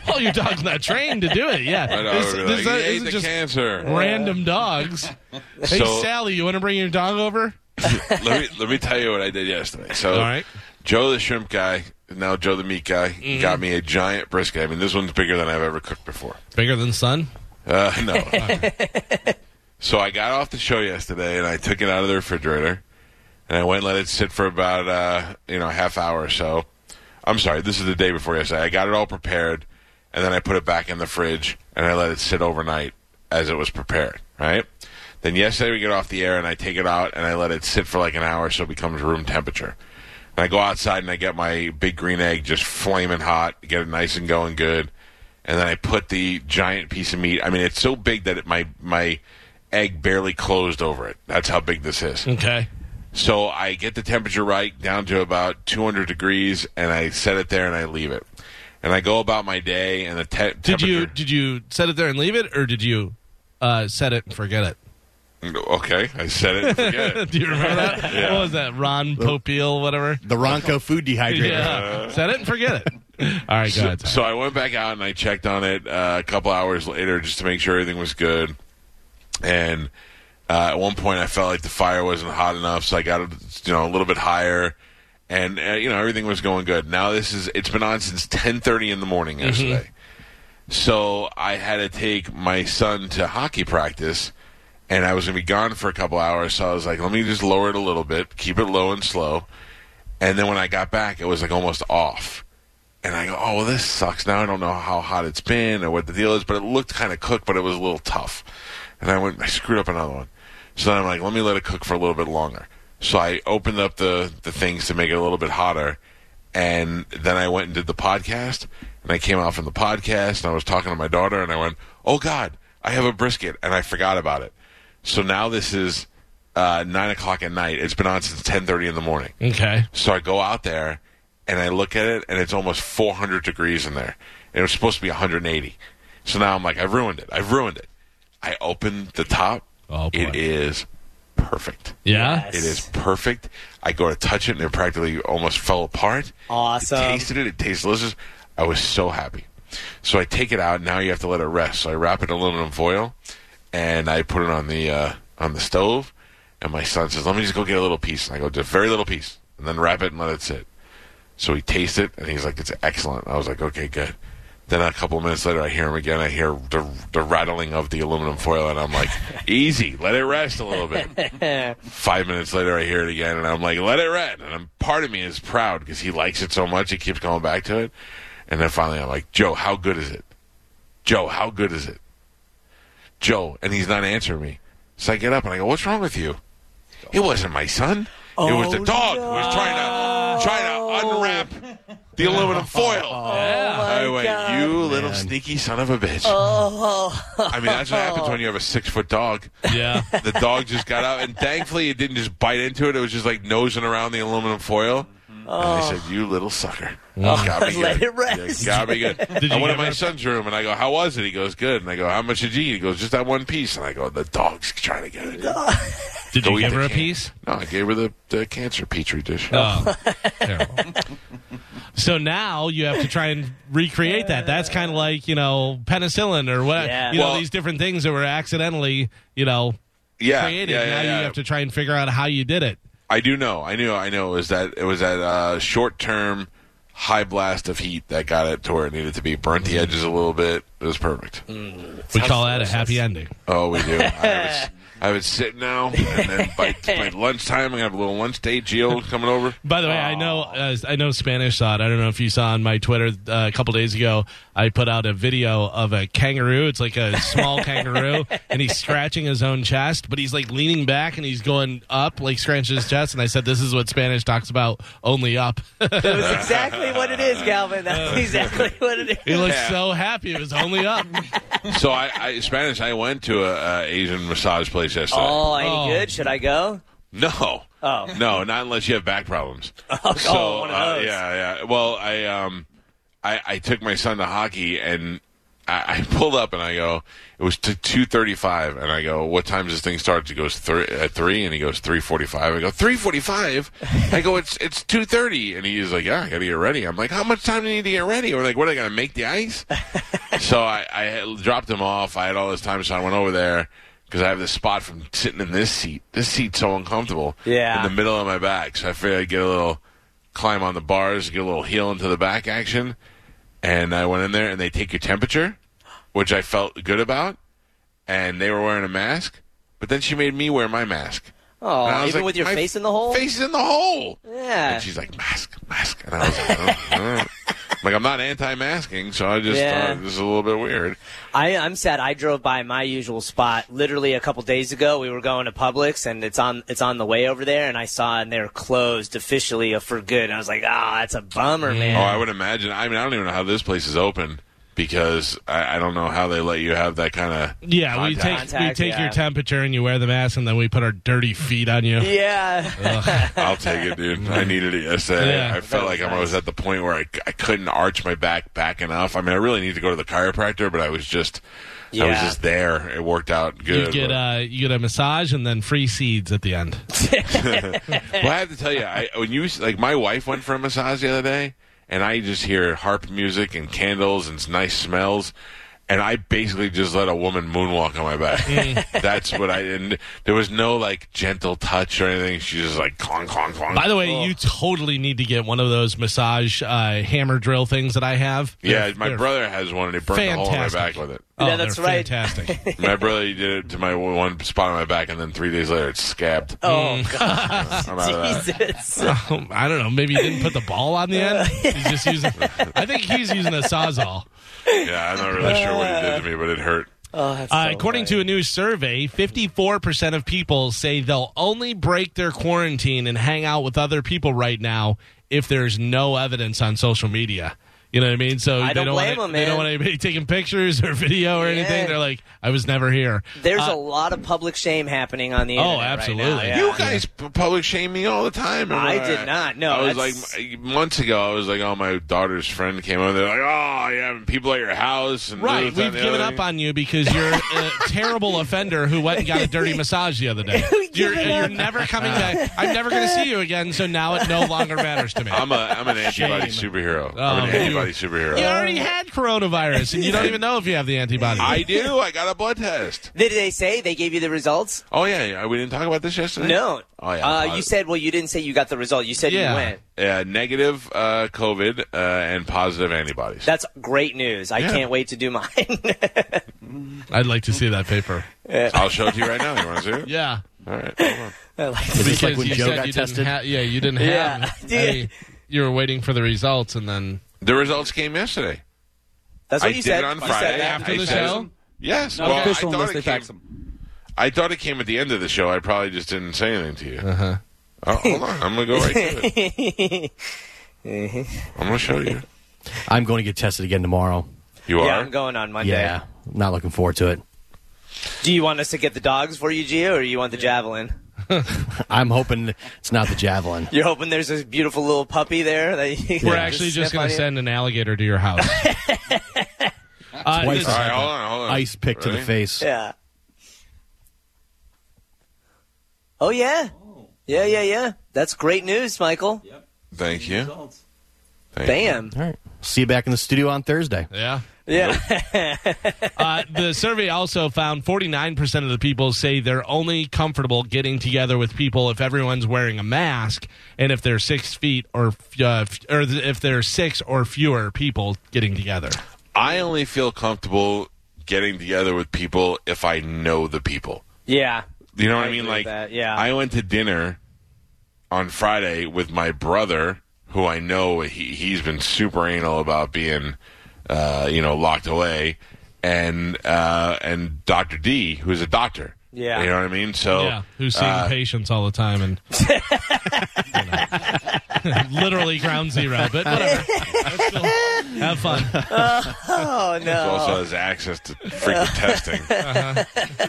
Speaker 2: well, your dog's not trained to do it. Yeah.
Speaker 1: My dog
Speaker 2: This-
Speaker 1: would be
Speaker 2: this
Speaker 1: like, "You
Speaker 2: is- this
Speaker 1: ate
Speaker 2: is
Speaker 1: the
Speaker 2: just
Speaker 1: cancer.
Speaker 2: random dogs. Hey,
Speaker 1: So-
Speaker 2: Sally, you want to bring your dog over?
Speaker 1: let me let me tell you what I did yesterday. So,
Speaker 2: All right. Mm-hmm.
Speaker 1: Joe the shrimp guy, now Joe the meat guy, got me a giant brisket. I mean, this one's bigger than I've ever cooked before.
Speaker 2: Bigger than sun?
Speaker 1: Uh, no. so I got off the show yesterday and I took it out of the refrigerator and I went and let it sit for about uh, you know a half hour or so. I'm sorry, this is the day before yesterday. I got it all prepared and then I put it back in the fridge and I let it sit overnight as it was prepared. Right. Then yesterday we get off the air and I take it out and I let it sit for like an hour so it becomes room temperature. And I go outside and I get my big green egg just flaming hot, get it nice and going good and then I put the giant piece of meat. I mean, it's so big that it, my my egg barely closed over it. That's how big this is.
Speaker 2: Okay.
Speaker 1: So I get the temperature right down to about 200 degrees, and I set it there and I leave it. And I go about my day, and the te-
Speaker 2: Did
Speaker 1: temperature.
Speaker 2: you did you set it there and leave it, or did you uh, set it and forget it?
Speaker 1: Okay, I set it. and Forget it.
Speaker 2: Do you remember that?
Speaker 1: Yeah.
Speaker 2: What was that? Ron Popeil, whatever.
Speaker 5: The Ronco food dehydrator.
Speaker 2: Yeah. Set it and forget it. All right, go
Speaker 1: So,
Speaker 2: ahead.
Speaker 1: so I went back out and I checked on it uh, a couple hours later just to make sure everything was good. And uh, at one point, I felt like the fire wasn't hot enough, so I got it, you know, a little bit higher. And uh, you know, everything was going good. Now this is it's been on since ten thirty in the morning yesterday. So I had to take my son to hockey practice, and I was going to be gone for a couple hours. So I was like, let me just lower it a little bit, keep it low and slow. And then when I got back, it was like almost off. And I go, oh, well, this sucks. Now I don't know how hot it's been or what the deal is, but it looked kind of cooked, but it was a little tough. And I went, I screwed up another one. So then I'm like, let me let it cook for a little bit longer. So I opened up the, the things to make it a little bit hotter. And then I went and did the podcast. And I came out from the podcast and I was talking to my daughter and I went, oh, God, I have a brisket. And I forgot about it. So now this is uh, 9 o'clock at night. It's been on since 10.30 in the morning.
Speaker 2: okay.
Speaker 1: So I go out there and I look at it, and it's almost 400 degrees in there. And it was supposed to be 180. So now I'm like, I've ruined it. I've ruined it. I open the top.
Speaker 2: Oh, boy.
Speaker 1: It is perfect.
Speaker 2: Yeah.
Speaker 1: It is perfect. I go to touch it, and it practically almost fell apart.
Speaker 3: Awesome.
Speaker 1: It tasted it. It tastes delicious. I was so happy. So I take it out. Now you have to let it rest. So I wrap it in aluminum foil, and I put it on the uh, on the stove. And my son says, "Let me just go get a little piece." And I go, "Just very little piece," and then wrap it and let it sit. So he tastes it, and he's like, "It's excellent." I was like, "Okay, good." Then a couple of minutes later, I hear him again. I hear the, the rattling of the aluminum foil, and I'm like, "Easy, let it rest a little bit." Five minutes later, I hear it again, and I'm like, "Let it rest." And I'm, part of me is proud because he likes it so much, he keeps going back to it. And then finally, I'm like, "Joe, how good is it?" Joe, how good is it? Joe, and he's not answering me. So I get up and I go, "What's wrong with you?" It wasn't my son. it was the dog who was trying to trying to unwrap the aluminum foil. I went, you little sneaky son of a bitch. I mean, that's what happens when you have a six foot dog.
Speaker 2: Yeah.
Speaker 1: The dog just got out, and thankfully it didn't just bite into it. It was just like nosing around the aluminum foil. And I
Speaker 2: Oh.
Speaker 1: said, "You little sucker!"
Speaker 2: Mm.
Speaker 1: Got me
Speaker 3: Let
Speaker 1: good.
Speaker 3: it rest.
Speaker 1: You got me good.
Speaker 2: Did
Speaker 1: I
Speaker 2: you
Speaker 1: went
Speaker 2: give
Speaker 1: to my
Speaker 2: it-
Speaker 1: son's room and I go, "How was it?" He goes, "Good." And I go, "How much did you eat?" He goes, "Just that one piece." And I go, "The dog's trying to get it."
Speaker 2: Did
Speaker 1: Go
Speaker 2: you
Speaker 1: eat
Speaker 2: give
Speaker 1: the
Speaker 2: her a
Speaker 1: can-
Speaker 2: piece?
Speaker 1: No, I gave her the, the cancer petri dish.
Speaker 2: Oh, terrible. So now you have to try and recreate that. That's kind of like you know penicillin or what
Speaker 3: Yeah.
Speaker 2: you know
Speaker 1: Well-
Speaker 2: these different things that were accidentally you know
Speaker 1: yeah,
Speaker 2: created.
Speaker 1: yeah, yeah,
Speaker 2: now
Speaker 1: yeah.
Speaker 2: you have to try and figure out how you did it.
Speaker 1: I do know. I knew. I know. It was that it was that uh, short term high blast of heat that got it to where it needed to be. Burnt
Speaker 2: Mm-hmm.
Speaker 1: the edges a little bit. It was perfect.
Speaker 2: We call that a happy ending.
Speaker 1: Oh, we do. I would, s- I would sit now, and then by, by lunchtime, I'm gonna have a little lunch date. Geo coming over.
Speaker 2: By the way, I know uh, I know Spanish saw it. I don't know if you saw on my Twitter uh, a couple days ago. I put out a video of a kangaroo. It's like a small kangaroo, and he's scratching his own chest, but he's like leaning back and he's going up, like scratching his chest. And I said, "This is what Spanish talks about: only up."
Speaker 3: That was exactly what it is, Galvin. That's exactly what it
Speaker 2: Oh, he
Speaker 3: is.
Speaker 2: looks
Speaker 1: Yeah.
Speaker 2: so happy. It was only up.
Speaker 1: So I, I Spanish. I went to a, a Asian massage place yesterday.
Speaker 3: Oh,
Speaker 2: Oh.
Speaker 3: any good? Should I go?
Speaker 1: No.
Speaker 3: Oh.
Speaker 1: No, not unless you have back problems.
Speaker 3: Oh,
Speaker 1: so
Speaker 3: one of
Speaker 1: uh,
Speaker 3: those.
Speaker 1: yeah, yeah. Well, I um, I, I took my son to hockey and I, I pulled up and I go, it was t two thirty five and I go, what time does this thing start? He goes three at three and he goes three forty five. I go three forty five. I go, it's it's two thirty and he's like, yeah, I gotta get ready. I'm like, how much time do you need to get ready? We're like, what are they gonna make the ice? so I, I had dropped him off. I had all this time, so I went over there. because I have this spot from sitting in this seat. This seat's so uncomfortable.
Speaker 3: Yeah.
Speaker 1: In the middle of my back. So I figured I'd get a little climb on the bars, get a little heel into the back action. And I went in there and they take your temperature, which I felt good about. And they were wearing a mask. But then she made me wear my mask. And I
Speaker 3: Oh,
Speaker 1: was
Speaker 3: even
Speaker 1: like,
Speaker 3: with your
Speaker 1: "My
Speaker 3: face in the hole?
Speaker 1: Face is in the hole.
Speaker 3: Yeah.
Speaker 1: And she's like, mask, mask. And I was like, "Oh, all right." like, I'm not anti masking, so I just
Speaker 3: Yeah.
Speaker 1: thought this is a little bit weird.
Speaker 3: I, I'm sad. I drove by my usual spot literally a couple days ago. We were going to Publix, and it's on it's on the way over there. And I saw, it and they're closed officially for good. And I was like, ah, that's a bummer,
Speaker 1: Oh,
Speaker 3: man.
Speaker 1: I would imagine. I mean, I don't even know how this place is open because I, I don't know how they let you have that kind of.
Speaker 2: Yeah, we take
Speaker 1: Contact.
Speaker 2: we
Speaker 3: Contact,
Speaker 2: take
Speaker 3: yeah.
Speaker 2: your temperature and you wear the mask, and then we put our dirty feet on you.
Speaker 3: yeah,
Speaker 2: Uh-huh.
Speaker 1: I'll take it, dude. I needed it yesterday.
Speaker 2: Yeah.
Speaker 1: I felt like I was at the point where I, I couldn't arch my back back enough. I mean, I really need to go to the chiropractor, but I was just, I was
Speaker 3: Yeah.
Speaker 1: just there. It worked out good.
Speaker 2: You get
Speaker 1: but-
Speaker 2: uh, you get a massage and then free seeds at the end.
Speaker 1: well, I have to tell you, I, when you like, my wife went for a massage the other day, and I just hear harp music and candles and nice smells, and I basically just let a woman moonwalk on my back.
Speaker 2: Mm.
Speaker 1: That's what I and there was no like gentle touch or anything. She just like clonk clonk clonk.
Speaker 2: By the way, you totally need to get one of those massage uh, hammer drill things that I have.
Speaker 1: yeah,
Speaker 2: They're-
Speaker 1: my
Speaker 2: they're-
Speaker 1: brother has one, and he burnt a hole in my
Speaker 2: Fantastic.
Speaker 1: back with it.
Speaker 2: Oh,
Speaker 3: Yeah, that's
Speaker 2: they're
Speaker 3: right.
Speaker 2: Fantastic.
Speaker 1: My brother he did it to my one spot on my back, and then three days later, it's scabbed.
Speaker 3: Oh,
Speaker 2: Mm-hmm.
Speaker 1: I'm out of that.
Speaker 3: Jesus.
Speaker 2: Um, I don't know. Maybe he didn't put the ball on the end. He's just using. I think he's using a sawzall.
Speaker 1: Yeah, I'm not really sure what he did to me, but it hurt.
Speaker 3: Oh, that's
Speaker 2: Uh,
Speaker 3: so
Speaker 2: according
Speaker 3: funny.
Speaker 2: to a new survey, 54% of people say they'll only break their quarantine and hang out with other people right now if there's no evidence on social media. You know what I mean? So
Speaker 3: I
Speaker 2: they
Speaker 3: don't
Speaker 2: want
Speaker 3: blame 'em,
Speaker 2: they don't
Speaker 3: man.
Speaker 2: want anybody taking pictures or video or anything.
Speaker 3: Yeah.
Speaker 2: They're like, I was never here.
Speaker 3: there's
Speaker 2: Uh,
Speaker 3: a lot of public shame happening on the
Speaker 2: Oh,
Speaker 3: internet. right
Speaker 2: absolutely.
Speaker 3: now, yeah.
Speaker 1: You guys p- public shame me all the time.
Speaker 3: I
Speaker 1: Remember,
Speaker 3: did not. No,
Speaker 1: I was
Speaker 3: that's-
Speaker 1: like m- months ago. I was like, oh, my daughter's friend came over. They're like, oh, yeah, and people at your house. And
Speaker 2: Right,
Speaker 1: this, that,
Speaker 2: we've
Speaker 1: and the
Speaker 2: given
Speaker 1: other
Speaker 2: up on you because you're a terrible offender who went and got a dirty massage the other day. You're, you're never coming back. I'm never going to see you again. So now it no longer matters to me.
Speaker 1: thing. I'm a I'm an antibody superhero. I'm an
Speaker 2: Oh, you-
Speaker 1: antibody superhero.
Speaker 2: You already had coronavirus, and you don't even know if you have the antibody.
Speaker 1: I do. I got a blood test.
Speaker 3: Did they say they gave you the results?
Speaker 1: Oh yeah, yeah, we didn't talk about this yesterday.
Speaker 3: No.
Speaker 1: Oh yeah.
Speaker 3: Uh,
Speaker 1: Uh,
Speaker 3: you said, well, you didn't say you got the result. You said
Speaker 2: Yeah.
Speaker 3: you went.
Speaker 1: uh, negative uh, COVID uh, and positive antibodies.
Speaker 3: That's great news. I
Speaker 1: Yeah.
Speaker 3: can't wait to do mine.
Speaker 2: I'd like to see that paper.
Speaker 1: I'll show it to you right now. You want to see it?
Speaker 2: Yeah,
Speaker 1: All right. Hold on.
Speaker 3: I like
Speaker 5: Is this like
Speaker 2: Because
Speaker 5: when
Speaker 2: you
Speaker 5: Joe
Speaker 2: said
Speaker 5: got
Speaker 2: you
Speaker 5: tested?
Speaker 2: Didn't ha- yeah, you didn't
Speaker 3: Yeah,
Speaker 2: have.
Speaker 3: I did.
Speaker 2: any- you were waiting for the results, and then
Speaker 1: The results came yesterday.
Speaker 3: That's what
Speaker 1: I
Speaker 3: you
Speaker 1: did
Speaker 3: said.
Speaker 1: it on
Speaker 3: You said
Speaker 1: Friday
Speaker 3: that.
Speaker 2: after
Speaker 1: I
Speaker 2: the
Speaker 1: said it-
Speaker 2: show.
Speaker 1: Yes.
Speaker 4: Not
Speaker 1: well,
Speaker 4: official
Speaker 1: I thought
Speaker 4: unless they
Speaker 1: it came,
Speaker 4: fax them.
Speaker 1: I thought it came at the end of the show. I probably just didn't say anything to you. Uh-huh. Oh, hold on. I'm going to go right to it.
Speaker 5: Mm-hmm.
Speaker 1: I'm going to show you.
Speaker 5: I'm going to get tested again tomorrow.
Speaker 1: You
Speaker 3: Yeah,
Speaker 1: are?
Speaker 3: I'm going on Monday.
Speaker 5: Yeah, not looking forward to it.
Speaker 3: Do you want us to get the dogs for you, Gio, or you want the javelin?
Speaker 5: I'm hoping it's not the javelin.
Speaker 3: You're hoping there's this beautiful little puppy there that you
Speaker 2: we're actually just going to send an alligator to your house. Uh,
Speaker 5: Twice
Speaker 2: this-
Speaker 1: All right, hold on, hold on.
Speaker 5: Ice pick to the
Speaker 1: Ready?
Speaker 5: face.
Speaker 3: Yeah. Oh yeah. Yeah, yeah, yeah. That's great news, Michael.
Speaker 1: Thank you.
Speaker 4: Results.
Speaker 1: Thank you.
Speaker 3: Bam.
Speaker 5: All right. See you back in the studio on Thursday.
Speaker 2: yeah.
Speaker 3: Yeah.
Speaker 2: Uh, the survey also found 49% of the people say they're only comfortable getting together with people if everyone's wearing a mask and if they're six feet or f- uh, f- or th- if there are six or fewer people getting together.
Speaker 1: I only feel comfortable getting together with people if I know the people.
Speaker 3: yeah.
Speaker 1: You know what I,
Speaker 3: I
Speaker 1: mean?
Speaker 3: agree
Speaker 1: Like,
Speaker 3: with that, yeah.
Speaker 1: I went to dinner on Friday with my brother, who I know he he's been super anal about being, uh, you know, locked away, and uh, and Doctor D, who's a doctor.
Speaker 3: Yeah.
Speaker 1: you know what I mean. So
Speaker 2: Yeah, who's seeing patients all the time and you know. literally ground zero, but whatever. That's cool. Have fun.
Speaker 3: Oh
Speaker 1: he
Speaker 3: no.
Speaker 1: also has access to freaking testing.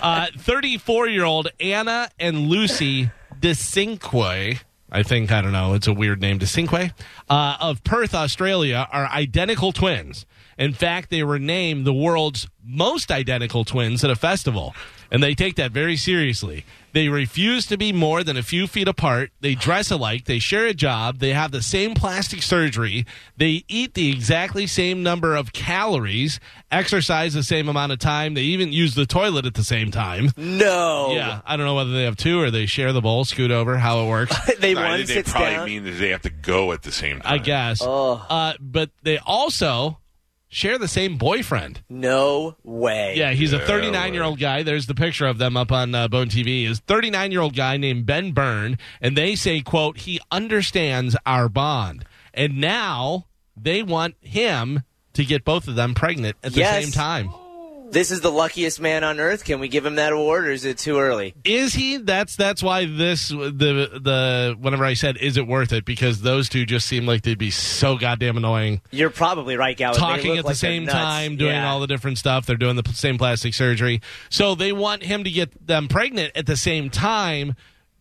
Speaker 2: Uh, Thirty-four-year-old Anna and Lucy DeCinque. I think I don't know. It's a weird name, DeCinque, uh, of Perth, Australia, are identical twins. In fact, they were named the world's most identical twins at a festival. and they take that very seriously. They refuse to be more than a few feet apart. They dress alike. They share a job. They have the same plastic surgery. They eat the exactly same number of calories, exercise the same amount of time. They even use the toilet at the same time.
Speaker 3: No.
Speaker 2: Yeah, I don't know whether they have two or they share the bowl, scoot over, how it works.
Speaker 3: they
Speaker 1: No, I
Speaker 3: one
Speaker 1: think they
Speaker 3: sits
Speaker 1: probably
Speaker 3: down.
Speaker 1: mean that they have to go at the same time.
Speaker 2: I guess. Uh, but they also share the same boyfriend.
Speaker 3: no way.
Speaker 2: Yeah, he's a 39 year old guy. There's the picture of them up on uh, Bone TV. Is 39 year old guy named Ben Byrne, and they say, "quote He understands our bond." And now they want him to get both of them pregnant at the
Speaker 3: Yes.
Speaker 2: same time.
Speaker 3: This is the luckiest man on earth. Can we give him that award, or is it too early?
Speaker 2: Is he? That's that's why this the the whenever I said is it worth it because those two just seem like they'd be so goddamn annoying.
Speaker 3: You're probably right, Galvin. They
Speaker 2: talking
Speaker 3: look
Speaker 2: at the
Speaker 3: like they're
Speaker 2: same
Speaker 3: nuts.
Speaker 2: time, doing
Speaker 3: Yeah.
Speaker 2: all the different stuff. They're doing the p- same plastic surgery. So they want him to get them pregnant at the same time.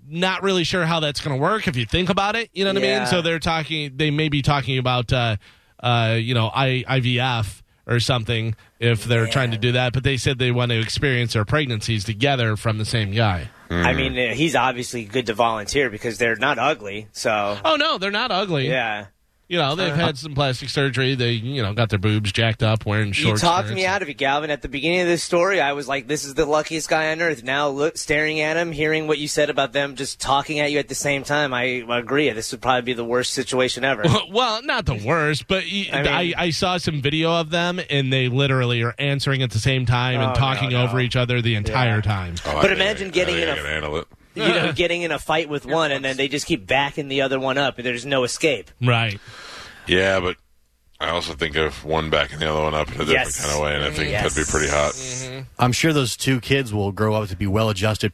Speaker 2: Not really sure how that's going to work if you think about it. You know what I
Speaker 3: Yeah.
Speaker 2: mean? So they're talking, they may be talking about, uh, uh, you know, I, IVF or something if they're trying to do that. But they said they want to experience their pregnancies together from the same guy.
Speaker 3: I mean, uh, he's obviously good to volunteer because they're not ugly. So
Speaker 2: Oh, no, they're not ugly.
Speaker 3: yeah. Uh-huh.
Speaker 2: You know, they've had some plastic surgery. They, you know, got their boobs jacked up, wearing shorts.
Speaker 3: you talked
Speaker 2: skirts.
Speaker 3: me out of it, Galvin. At the beginning of this story, I was like, "This is the luckiest guy on earth." Now, look, staring at him, hearing what you said about them, just talking at you at the same time, I agree. This would probably be the worst situation ever.
Speaker 2: Well, not the worst, but y I
Speaker 3: I mean-
Speaker 2: I, I saw some video of them, and they literally are answering at the same time and
Speaker 3: Oh,
Speaker 2: talking
Speaker 3: no, no.
Speaker 2: over each other the entire time.
Speaker 1: Oh, I
Speaker 3: But
Speaker 1: think
Speaker 3: imagine
Speaker 1: I- I
Speaker 3: getting
Speaker 1: think
Speaker 3: in
Speaker 1: I
Speaker 3: a-
Speaker 1: can handle it.
Speaker 3: you know, getting in a fight with one, and then they just keep backing the other one up, and there's no escape.
Speaker 2: Right.
Speaker 1: Yeah, but I also think of one backing the other one up in a different
Speaker 3: Yes.
Speaker 1: kind of way, and I think
Speaker 3: Yes.
Speaker 1: that'd be pretty hot.
Speaker 2: Mm-hmm.
Speaker 5: I'm sure those two kids will grow up to be well-adjusted,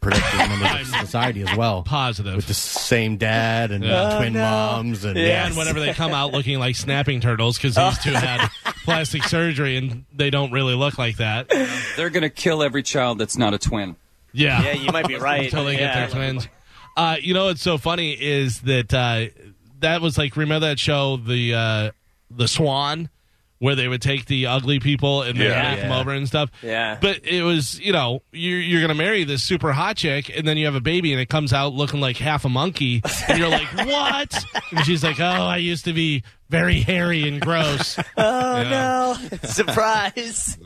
Speaker 5: productive members of society as well.
Speaker 2: Positive.
Speaker 5: With the same dad and twin moms, and
Speaker 2: Yeah, and whenever they come out looking like snapping turtles because these two had plastic surgery and they don't really look like that.
Speaker 4: They're going to kill every child that's not a twin.
Speaker 2: Yeah.
Speaker 3: Yeah, you might be right.
Speaker 2: until they
Speaker 3: yeah.
Speaker 2: get their twins. Uh, you know what's so funny is that uh, that was like remember that show the uh, the Swan where they would take the ugly people and they
Speaker 1: Yeah.
Speaker 2: yeah. them
Speaker 5: Yeah.
Speaker 2: over and stuff.
Speaker 3: Yeah.
Speaker 2: but it was you know you're you're gonna marry this super hot chick and then you have a baby and it comes out looking like half a monkey and you're like what? And she's like, oh, I used to be very hairy and gross. oh no.
Speaker 3: Surprise!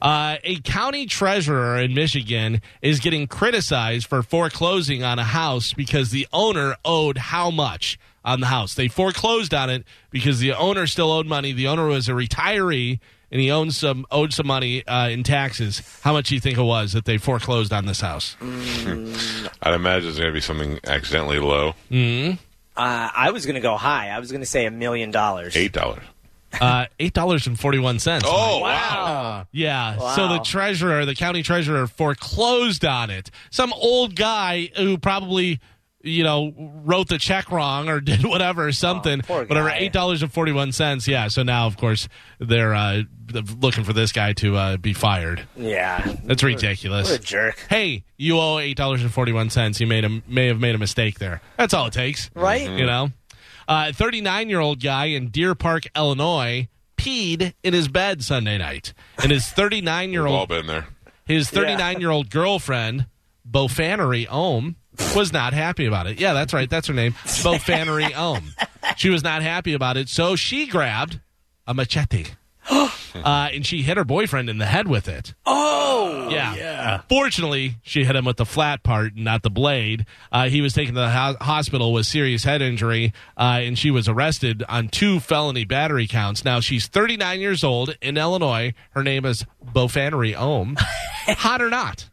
Speaker 2: Uh, a county treasurer in Michigan is getting criticized for foreclosing on a house because the owner owed how much on the house? They foreclosed on it because the owner still owed money. The owner was a retiree and he owned some owed some money uh, in taxes. How much do you think it was that they foreclosed on this house?
Speaker 1: I'd imagine it's going to be something accidentally low.
Speaker 3: uh, I was gonna go high. I was gonna say a million dollars.
Speaker 1: Eight dollars.
Speaker 2: Uh, Eight dollars and forty one cents.
Speaker 1: Oh
Speaker 2: Yeah. So the
Speaker 3: Wow.
Speaker 2: treasurer, the county treasurer, foreclosed on it. Some old guy who probably, you know, wrote the check wrong or did whatever or something.
Speaker 3: Oh, poor
Speaker 2: whatever.
Speaker 3: guy.
Speaker 2: Eight dollars and forty one cents. Yeah. So now, of course, they're uh, looking for this guy to uh, be fired.
Speaker 3: Yeah,
Speaker 2: That's ridiculous.
Speaker 3: what a jerk.
Speaker 2: Hey, you owe eight dollars and forty one cents. You made a may have made a mistake there. That's all it takes,
Speaker 3: Right?
Speaker 2: You know, uh, thirty nine year old guy in Deer Park, Illinois, peed in his bed Sunday night, and his thirty nine year
Speaker 1: We've all
Speaker 2: old
Speaker 1: been there.
Speaker 2: his thirty nine year old girlfriend, Bofannery Ohm, was not happy about it. Yeah, that's right. That's her name, Bofannery Ohm. She was not happy about it, so she grabbed a machete. Uh, and she hit her boyfriend in the head with it. Yeah. Fortunately, she hit him with the flat part, and not the blade. Uh, he was taken to the ho- hospital with serious head injury, uh, and she was arrested on two felony battery counts. Now, she's 39 years old in Illinois. Her name is Bofannery Ohm. Hot or not?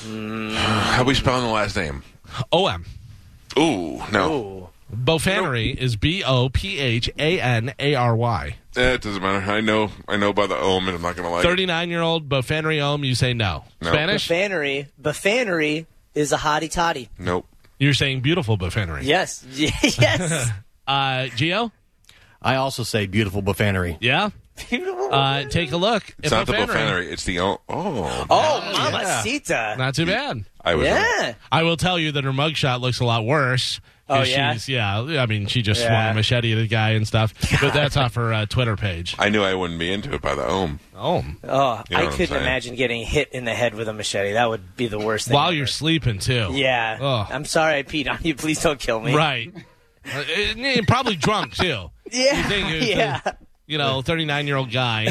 Speaker 1: How we spelling the last name?
Speaker 2: OM.
Speaker 1: Ooh, no.
Speaker 2: Bofannery is B O P H A N A R Y.
Speaker 1: Eh, it doesn't matter. I know. I know by the omen. I'm not going to lie.
Speaker 2: 39 year old Bofannery Ohm, you say no.
Speaker 1: No.
Speaker 2: Spanish?
Speaker 3: Buffanery. Buffanery is a hottie toddy.
Speaker 1: Nope.
Speaker 2: You're saying beautiful Bofannery.
Speaker 3: Yes. yes.
Speaker 2: Uh, Geo?
Speaker 5: I also say beautiful buffanery.
Speaker 2: Yeah?
Speaker 3: Beautiful.
Speaker 2: Uh, take a look.
Speaker 1: It's not the buffoonery. It's the oh. oh.
Speaker 3: oh, mamacita.
Speaker 2: Not too bad.
Speaker 1: I was
Speaker 3: yeah.
Speaker 2: I will tell you that her mugshot looks a lot worse.
Speaker 3: Oh,
Speaker 2: 'cause
Speaker 3: yeah?
Speaker 2: she's, yeah. I mean, she just swung
Speaker 3: Yeah.
Speaker 2: a machete at a guy and stuff. But that's off her uh, Twitter page.
Speaker 1: I knew I wouldn't be into it by the ohm.
Speaker 2: Oh,
Speaker 3: Oh,
Speaker 1: You know
Speaker 3: I
Speaker 1: what I'm
Speaker 3: couldn't
Speaker 1: saying.
Speaker 3: imagine getting hit in the head with a machete. That would be the worst thing.
Speaker 2: while
Speaker 3: ever.
Speaker 2: you're sleeping too.
Speaker 3: Yeah.
Speaker 2: Ugh.
Speaker 3: I'm sorry I peed on you. Please don't kill me.
Speaker 2: Right. Uh, and- and probably drunk too.
Speaker 3: Yeah.
Speaker 2: You think it was
Speaker 3: yeah.
Speaker 2: a, you know, 39 year old guy.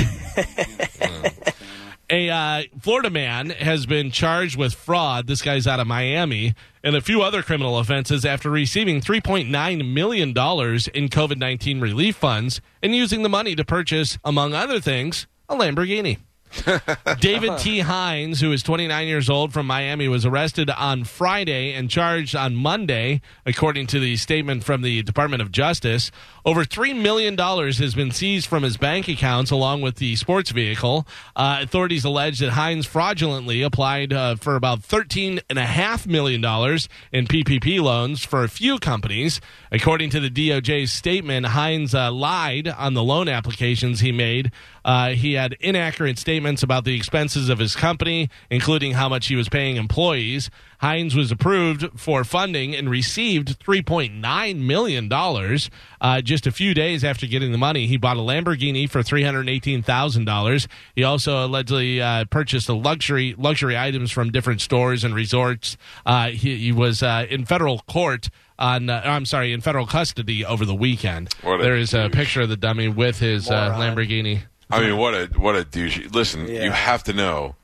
Speaker 2: a uh, Florida man has been charged with fraud. This guy's out of Miami and a few other criminal offenses after receiving $3.9 million in COVID 19 relief funds and using the money to purchase, among other things, a Lamborghini. David T. Hines, who is 29 years old from Miami, was arrested on Friday and charged on Monday, according to the statement from the Department of Justice. Over $3 million has been seized from his bank accounts along with the sports vehicle. Uh, authorities allege that Hines fraudulently applied uh, for about $13.5 million in PPP loans for a few companies. According to the DOJ's statement, Hines uh, lied on the loan applications he made. Uh, he had inaccurate statements about the expenses of his company, including how much he was paying employees. Hines was approved for funding and received $3.9 million. Uh, just a few days after getting the money, he bought a Lamborghini for $318,000. He also allegedly uh, purchased a luxury luxury items from different stores and resorts. Uh, he, he was uh, in federal court on, uh, I'm sorry, in federal custody over the weekend.
Speaker 1: What a
Speaker 2: there is a
Speaker 1: douche.
Speaker 2: picture of the dummy with his uh,
Speaker 3: Moron.
Speaker 2: Lamborghini.
Speaker 1: I mean, what a what a douche. Listen,
Speaker 3: Yeah.
Speaker 1: you have to know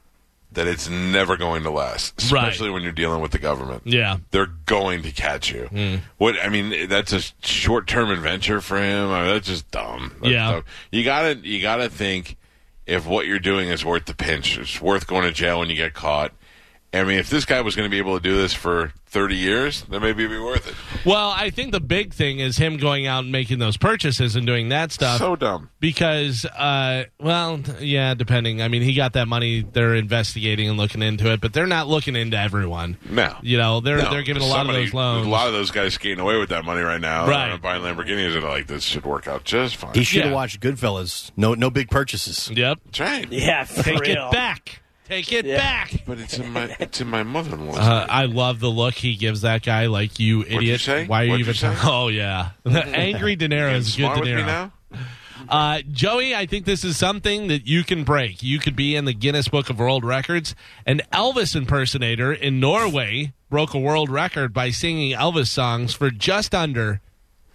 Speaker 1: that it's never going to last,
Speaker 2: Right.
Speaker 1: especially when you're dealing with the government.
Speaker 2: Yeah. Hmm.
Speaker 1: They're going to catch you. What I mean, that's a short term adventure for him. I mean, that's just dumb. That's
Speaker 2: Yeah.
Speaker 1: dumb. you gotta you gotta think if what you're doing is worth the pinch. It's worth going to jail when you get caught. I mean, if this guy was going to be able to do this for 30 years, then maybe it'd be worth it.
Speaker 2: Well, I think the big thing is him going out and making those purchases and doing that stuff.
Speaker 1: so dumb.
Speaker 2: because, uh, well, yeah, depending. I mean, he got that money. They're investigating and looking into it, but they're not looking into everyone.
Speaker 1: No.
Speaker 2: You know, they're
Speaker 1: No,
Speaker 2: they're giving a lot
Speaker 1: somebody-
Speaker 2: of those loans.
Speaker 1: A lot of those guys skating away with that money right now,
Speaker 2: Right.
Speaker 1: and buying Lamborghinis, and they're like this should work out just fine.
Speaker 5: He should have
Speaker 2: Yeah.
Speaker 5: watched Goodfellas. No, no big purchases.
Speaker 2: yep.
Speaker 1: That's right.
Speaker 3: Yeah, for
Speaker 2: Take
Speaker 3: real.
Speaker 2: it back. Take it
Speaker 3: Yeah.
Speaker 2: back.
Speaker 1: But it's in my it's in my mother-in-law's.
Speaker 2: Uh, I love the look he gives that guy. Like you idiot.
Speaker 1: you say?
Speaker 2: Why are
Speaker 1: What'd
Speaker 2: you even?
Speaker 1: you say?
Speaker 2: oh yeah, the angry De Niro is good.
Speaker 1: Smart
Speaker 2: De
Speaker 1: with
Speaker 2: Niro.
Speaker 1: me now.
Speaker 2: Uh, Joey, I think this is something that you can break. You could be in the Guinness Book of World Records. An Elvis impersonator in Norway broke a world record by singing Elvis songs for just under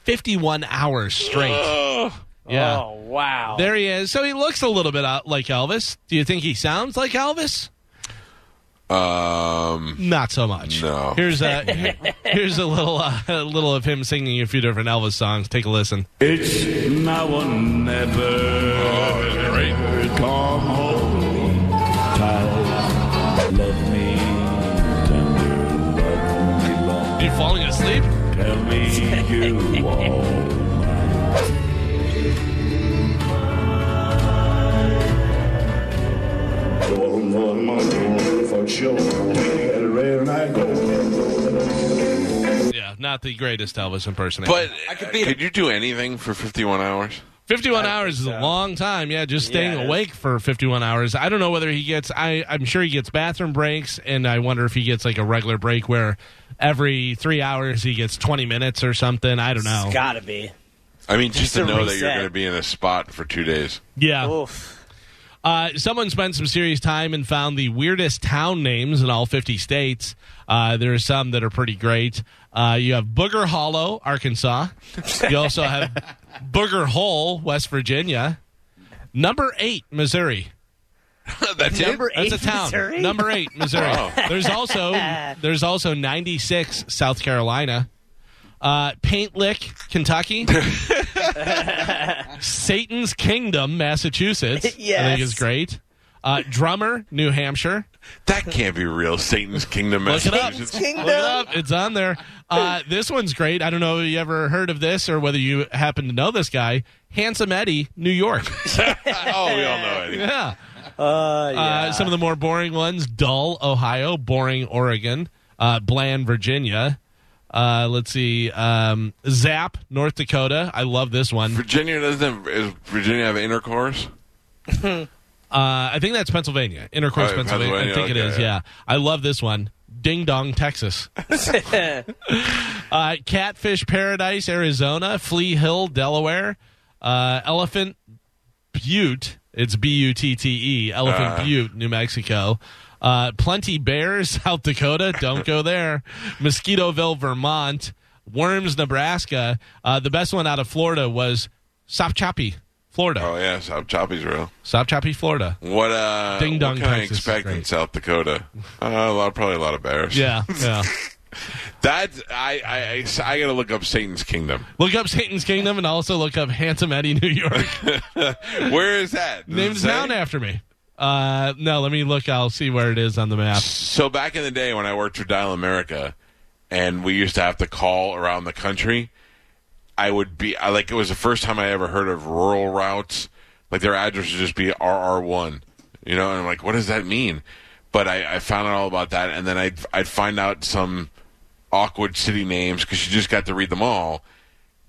Speaker 2: 51 hours straight. yeah.
Speaker 3: Oh, wow.
Speaker 2: There he is. So he looks a little bit out like Elvis. Do you think he sounds like Elvis?
Speaker 1: Um,
Speaker 2: Not so much.
Speaker 1: No.
Speaker 2: Here's a here- here's a little uh, a little of him singing a few different Elvis songs. Take a listen.
Speaker 8: It's now or never.
Speaker 1: oh, that's great.
Speaker 8: Come hold me tight. Let me tender, let me long.
Speaker 2: Are you falling asleep?
Speaker 8: Tell me you all mine. Going for the money, for sure. Everywhere I go.
Speaker 2: Yeah, not the greatest Elvis impersonator.
Speaker 1: But
Speaker 4: I could
Speaker 1: uh,
Speaker 4: be-
Speaker 1: could you do anything for 51 hours?
Speaker 2: 51 hours is a long time. Yeah, just staying
Speaker 3: it is.
Speaker 2: awake for 51 hours. I don't know whether he gets I I'm sure he gets bathroom breaks and I wonder if he gets like a regular break where every 3 hours he gets 20 minutes or something. I don't know.
Speaker 3: It's gotta be.
Speaker 1: I mean, just,
Speaker 3: Just
Speaker 1: to
Speaker 3: to
Speaker 1: know that you're
Speaker 3: reset.
Speaker 1: going to be in a spot for two days.
Speaker 2: yeah.
Speaker 3: Oof.
Speaker 2: Uh, someone spent some serious time and found the weirdest town names in all 50 states. Uh, there are some that are pretty great. Uh, you have Booger Hollow, Arkansas. You also have Booger Hole, West Virginia. Number 8, Missouri.
Speaker 1: that's it.
Speaker 3: Number eight,
Speaker 2: That's a town.
Speaker 3: Missouri?
Speaker 2: Number eight, Missouri.
Speaker 1: Wow.
Speaker 2: There's also there's also 96 South Carolina, uh, Paint Lick, Kentucky, Satan's Kingdom, Massachusetts. I think
Speaker 3: Yes.
Speaker 2: is great. Uh, Drummer, New Hampshire.
Speaker 1: That can't be real. Satan's Kingdom,
Speaker 2: Look it up.
Speaker 1: Massachusetts.
Speaker 3: Kingdom.
Speaker 2: Look it up. It's on there. Uh, this one's great. I don't know if you ever heard of this or whether you happen to know this guy. Handsome Eddie, New York.
Speaker 1: oh, we all know it.
Speaker 2: Yeah.
Speaker 3: Uh, yeah.
Speaker 2: Uh, some of the more boring ones Dull, Ohio, Boring, Oregon, uh, Bland, Virginia. Uh, let's see, um, Zap, North Dakota. I love this one.
Speaker 1: Virginia doesn't. Have, is Virginia have intercourse?
Speaker 2: Uh, I think that's Pennsylvania, Intercourse,
Speaker 1: Oh,
Speaker 2: Pennsylvania. I
Speaker 1: Pennsylvania,
Speaker 2: think it
Speaker 1: okay,
Speaker 2: is.
Speaker 1: yeah.
Speaker 2: Yeah. I love this one. Ding dong, Texas. uh, Catfish Paradise, Arizona. Flea Hill, Delaware. Uh, Elephant Butte. It's B U T T E.
Speaker 1: Ah.
Speaker 2: Elephant Butte, New Mexico. Uh, Plenty Bear, South Dakota. Don't go there. Mosquitoville, Vermont. Worms, Nebraska. Uh, the best one out of Florida was Sopchoppy, Florida.
Speaker 1: Oh yeah, South Choppy's real.
Speaker 2: Sopchoppy, Florida.
Speaker 1: What uh?
Speaker 2: Ding dong
Speaker 1: what can I
Speaker 2: Texas is
Speaker 1: expect in
Speaker 2: great.
Speaker 1: South Dakota? Uh, a lot, probably a lot of bears.
Speaker 2: Yeah, yeah.
Speaker 1: that I I, I, I gotta look up Satan's Kingdom.
Speaker 2: Look up Satan's Kingdom and also look up Handsome Eddie, New York.
Speaker 1: Where is that? Does it
Speaker 2: Name's
Speaker 1: say?
Speaker 2: down after me. Uh, no, let me look. I'll see where it is on the map.
Speaker 1: So back in the day when I worked for Dial America, and we used to have to call around the country, I would be I, like it was the first time I ever heard of rural routes. Like their address would just be RR one, you know, and I'm like, what does that mean? But I, I found out all about that, and then I'd I'd find out some awkward city names because you just got to read them all.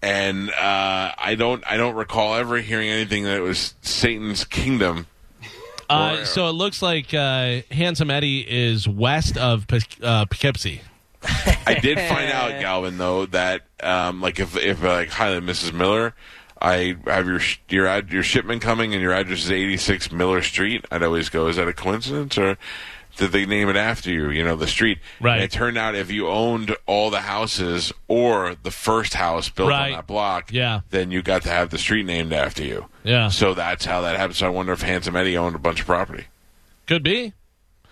Speaker 1: And uh, I don't I don't recall ever hearing anything that was Satan's Kingdom.
Speaker 2: Uh, so it looks like uh, Handsome Eddie is west of P- uh, Poughkeepsie.
Speaker 1: I did find out, Galvin, though, that um, like if if uh, like hi, Mrs. Miller, I have your sh- your ad- your shipment coming, and your address is eighty six Miller Street. I'd always go, is that a coincidence or? Did they name it after you? You know the street.
Speaker 2: Right.
Speaker 1: And it turned out if you owned all the houses or the first house built
Speaker 2: Right.
Speaker 1: on that block,
Speaker 2: Yeah.
Speaker 1: then you got to have the street named after you.
Speaker 2: Yeah,
Speaker 1: So that's how that happened. So I wonder if Handsome Eddie owned a bunch of property.
Speaker 2: could be.
Speaker 5: You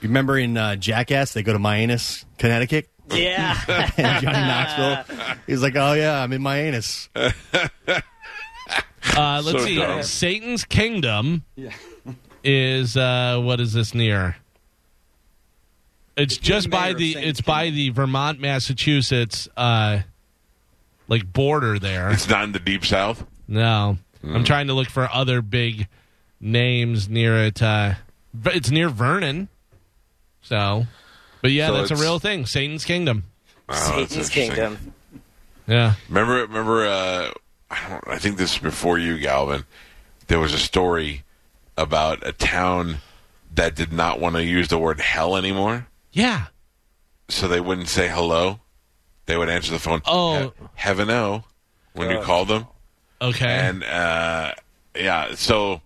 Speaker 5: remember in uh, Jackass, they go to my anus, Connecticut,
Speaker 3: yeah.
Speaker 5: and Johnny Knoxville. He's like, "Oh yeah, I'm in my anus."
Speaker 2: Uh, let's
Speaker 1: So
Speaker 2: see.
Speaker 1: dumb.
Speaker 2: Satan's Kingdom is uh, what is this near? It's just by
Speaker 4: mayor of
Speaker 2: the
Speaker 4: Satan's
Speaker 2: it's by the Vermont Massachusetts uh, like border there.
Speaker 1: It's not in the deep south.
Speaker 2: No,
Speaker 1: Mm.
Speaker 2: I'm trying to look for other big names near it. Uh, but it's near Vernon, so. But yeah,
Speaker 1: So
Speaker 2: that's a
Speaker 1: it's-
Speaker 2: real thing. Satan's Kingdom.
Speaker 1: Oh, that's
Speaker 3: Satan's
Speaker 1: interesting.
Speaker 3: Kingdom.
Speaker 2: Yeah.
Speaker 1: Remember, remember. Uh, I don't. I think this is before you, Galvin. There was a story about a town that did not want to use the word hell anymore,
Speaker 2: Yeah.
Speaker 1: so they wouldn't say hello. They would answer the phone.
Speaker 2: Oh.
Speaker 1: "He- heaven oh, when you called them,
Speaker 2: Okay.
Speaker 1: and uh, yeah. So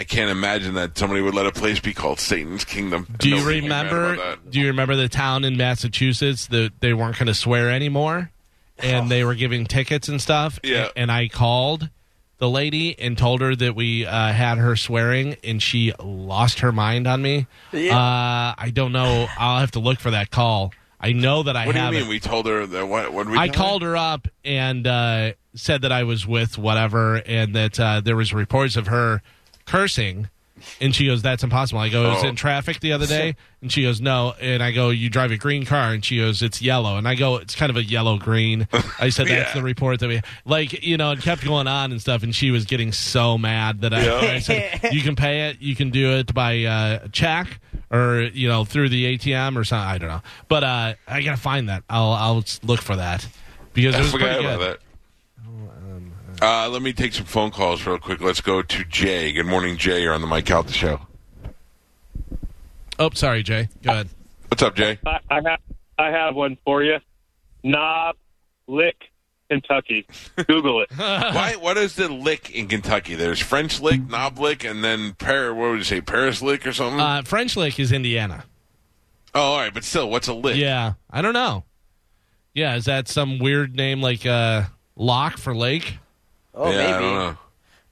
Speaker 1: I can't imagine that somebody would let a place be called Satan's Kingdom. and
Speaker 2: do you
Speaker 1: nobody would be mad
Speaker 2: remember?
Speaker 1: about that.
Speaker 2: Do you remember the town in Massachusetts that they weren't going to swear anymore, and they were giving tickets and stuff?
Speaker 1: Yeah.
Speaker 2: And, I called the lady and told her that we uh, had her swearing, and she lost her mind on me.
Speaker 3: Yeah.
Speaker 2: Uh, I don't know. I'll have to look for that call. I know that I
Speaker 1: What do you
Speaker 2: have
Speaker 1: mean?
Speaker 2: it.
Speaker 1: We told her that what? What did we?
Speaker 2: I
Speaker 1: tell her?
Speaker 2: called her up and uh, said that I was with whatever, and that uh, there was reports of her cursing. And she goes, "That's impossible." I go, "It was
Speaker 1: Oh.
Speaker 2: in traffic the other day," and she goes, "No." And I go, "You drive a green car," and she goes, "It's yellow." And I go, "It's kind of a yellow green." I said,
Speaker 1: Yeah.
Speaker 2: "That's the report that we like." You know, it kept going on and stuff, and she was getting so mad that I, I said, "You can pay it. You can do it by uh, check." Or you know through the ATM or something I don't know, but uh, I gotta find that. I'll I'll look for that because it
Speaker 1: I
Speaker 2: was
Speaker 1: forgot
Speaker 2: pretty
Speaker 1: about
Speaker 2: good.
Speaker 1: that. Uh, let me take some phone calls real quick. Let's go to Jay. Good morning, Jay. You're on the Mike Calta Show.
Speaker 2: Oh, sorry, Jay. Go ahead.
Speaker 1: What's up, Jay?
Speaker 9: I, I have I have one for you. Knob Lick, Kentucky. Google it.
Speaker 2: Uh-huh.
Speaker 1: Why? What is the lick in Kentucky? There's French lick, knob lick, and then Par. What would you say? Paris lick or something?
Speaker 2: Uh, French Lick is Indiana.
Speaker 1: oh, all right, but still, what's a lick?
Speaker 2: Yeah, I don't know. Yeah, is that some weird name like uh, Lock for Lake?
Speaker 3: Oh,
Speaker 1: Yeah, I
Speaker 3: maybe.
Speaker 1: don't know.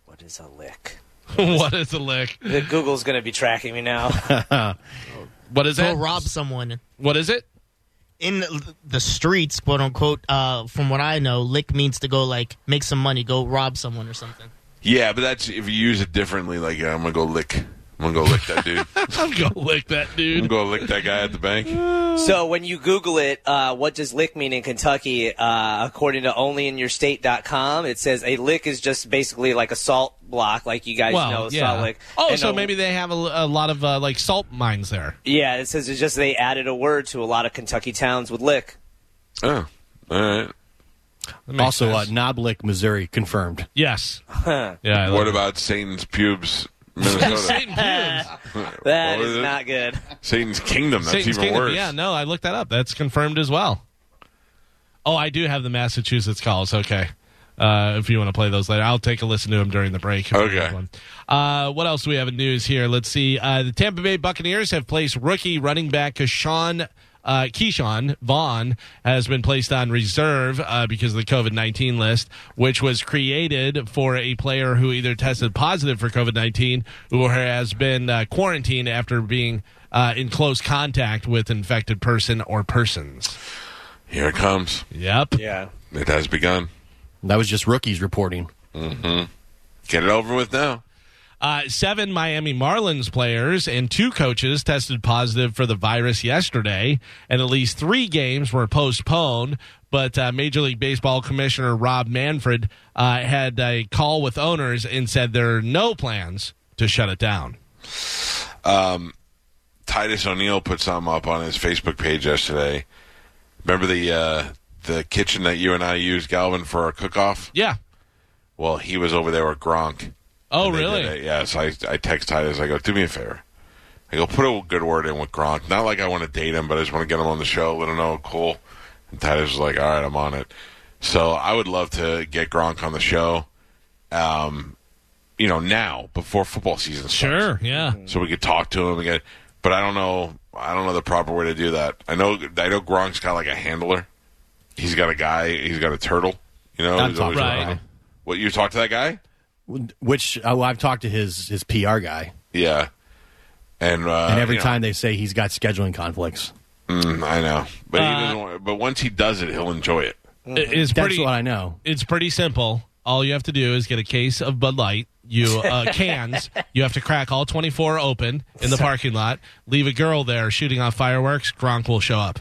Speaker 3: What is a lick?
Speaker 2: what is a lick?
Speaker 3: The Google's going to be tracking me now.
Speaker 2: What is
Speaker 10: Go
Speaker 2: that?
Speaker 10: rob someone
Speaker 2: What is it?
Speaker 10: in the streets, quote unquote. Uh, from what I know, lick means to go like make some money, go rob someone or something.
Speaker 1: Yeah, but that's if you use it differently. Like yeah, I'm gonna go lick. I'm gonna go lick that dude. I'm
Speaker 2: I'm gonna lick that
Speaker 1: gonna
Speaker 2: dude.
Speaker 1: go lick that guy at the bank.
Speaker 3: so when you Google it, uh, what does lick mean in Kentucky? Uh, according to onlyinyourstate.com, it says a lick is just basically like a salt block, like you guys
Speaker 2: Well,
Speaker 3: know a
Speaker 2: yeah.
Speaker 3: salt lick.
Speaker 2: oh,
Speaker 3: And
Speaker 2: so
Speaker 3: a-
Speaker 2: maybe they have a, a lot of uh, like salt mines there.
Speaker 3: Yeah, it says it's just they added a word to a lot of Kentucky towns with lick.
Speaker 1: Oh, all right.
Speaker 2: That makes
Speaker 5: also, uh,
Speaker 2: sense.
Speaker 5: Noblick, Missouri, confirmed.
Speaker 2: yes. Yeah. I
Speaker 1: What
Speaker 2: like-
Speaker 1: about Satan's pubes, Minnesota.
Speaker 2: Satan pubes.
Speaker 1: What
Speaker 3: That
Speaker 1: was
Speaker 3: is
Speaker 1: it?
Speaker 3: not good.
Speaker 1: Satan's Kingdom. That's
Speaker 2: Satan's
Speaker 1: even
Speaker 2: Kingdom.
Speaker 1: worse.
Speaker 2: Yeah, no, I looked that up. That's confirmed as well. Oh, I do have the Massachusetts calls. Okay. Uh, if you want to play those later, I'll take a listen to them during the break. if we
Speaker 1: Okay.
Speaker 2: have one. Uh, what else do we have in news here? Let's see. Uh, the Tampa Bay Buccaneers have placed rookie running back Keshawn, uh, Keyshawn Vaughn has been placed on reserve uh, because of the COVID 19 list, which was created for a player who either tested positive for COVID 19 or has been uh, quarantined after being uh, in close contact with infected person or persons.
Speaker 1: Here it comes.
Speaker 2: Yep.
Speaker 3: Yeah.
Speaker 1: It has begun.
Speaker 5: That was just rookies reporting.
Speaker 1: Get it over with now.
Speaker 2: Uh, seven Miami Marlins players and two coaches tested positive for the virus yesterday, and at least three games were postponed. But uh, Major League Baseball Commissioner Rob Manfred uh, had a call with owners and said there are no plans to shut it down.
Speaker 1: Titus O'Neill put some up on his Facebook page yesterday. Remember the uh, the kitchen that you and I used, Galvin, for our cook off?
Speaker 2: Yeah.
Speaker 1: Well, he was over there with Gronk.
Speaker 2: Oh,
Speaker 1: And they
Speaker 2: really?
Speaker 1: did it. Yeah. So I, I text Titus. I go, do me a favor. I go, put a good word in with Gronk. Not like I want to date him, but I just want to get him on the show, let him know, cool. And Titus was like, all right, I'm on it. So I would love to get Gronk on the show, um, you know, now before football season starts
Speaker 2: Sure. Yeah.
Speaker 1: so we could talk to him again. But I don't know. I don't know the proper way to do that. I know. I know Gronk's got like a handler. He's got a guy. He's got a turtle. You know.
Speaker 5: I've
Speaker 1: who's
Speaker 5: talked
Speaker 1: always
Speaker 5: to
Speaker 1: around.
Speaker 2: Right.
Speaker 1: What you talked to that guy?
Speaker 5: Which oh, I've talked to his his PR guy,
Speaker 1: Yeah. And uh,
Speaker 5: and every
Speaker 1: you know,
Speaker 5: time they say he's got scheduling conflicts.
Speaker 1: mm, I know. But
Speaker 2: Uh,
Speaker 1: he doesn't want, But once he does it, he'll enjoy it.
Speaker 2: It- It's
Speaker 5: That's
Speaker 2: pretty.
Speaker 5: what I know.
Speaker 2: It's pretty simple. All you have to do is get a case of Bud Light. You uh, cans. You have to crack all twenty four open in the parking lot. Leave a girl there shooting off fireworks. Gronk will show up.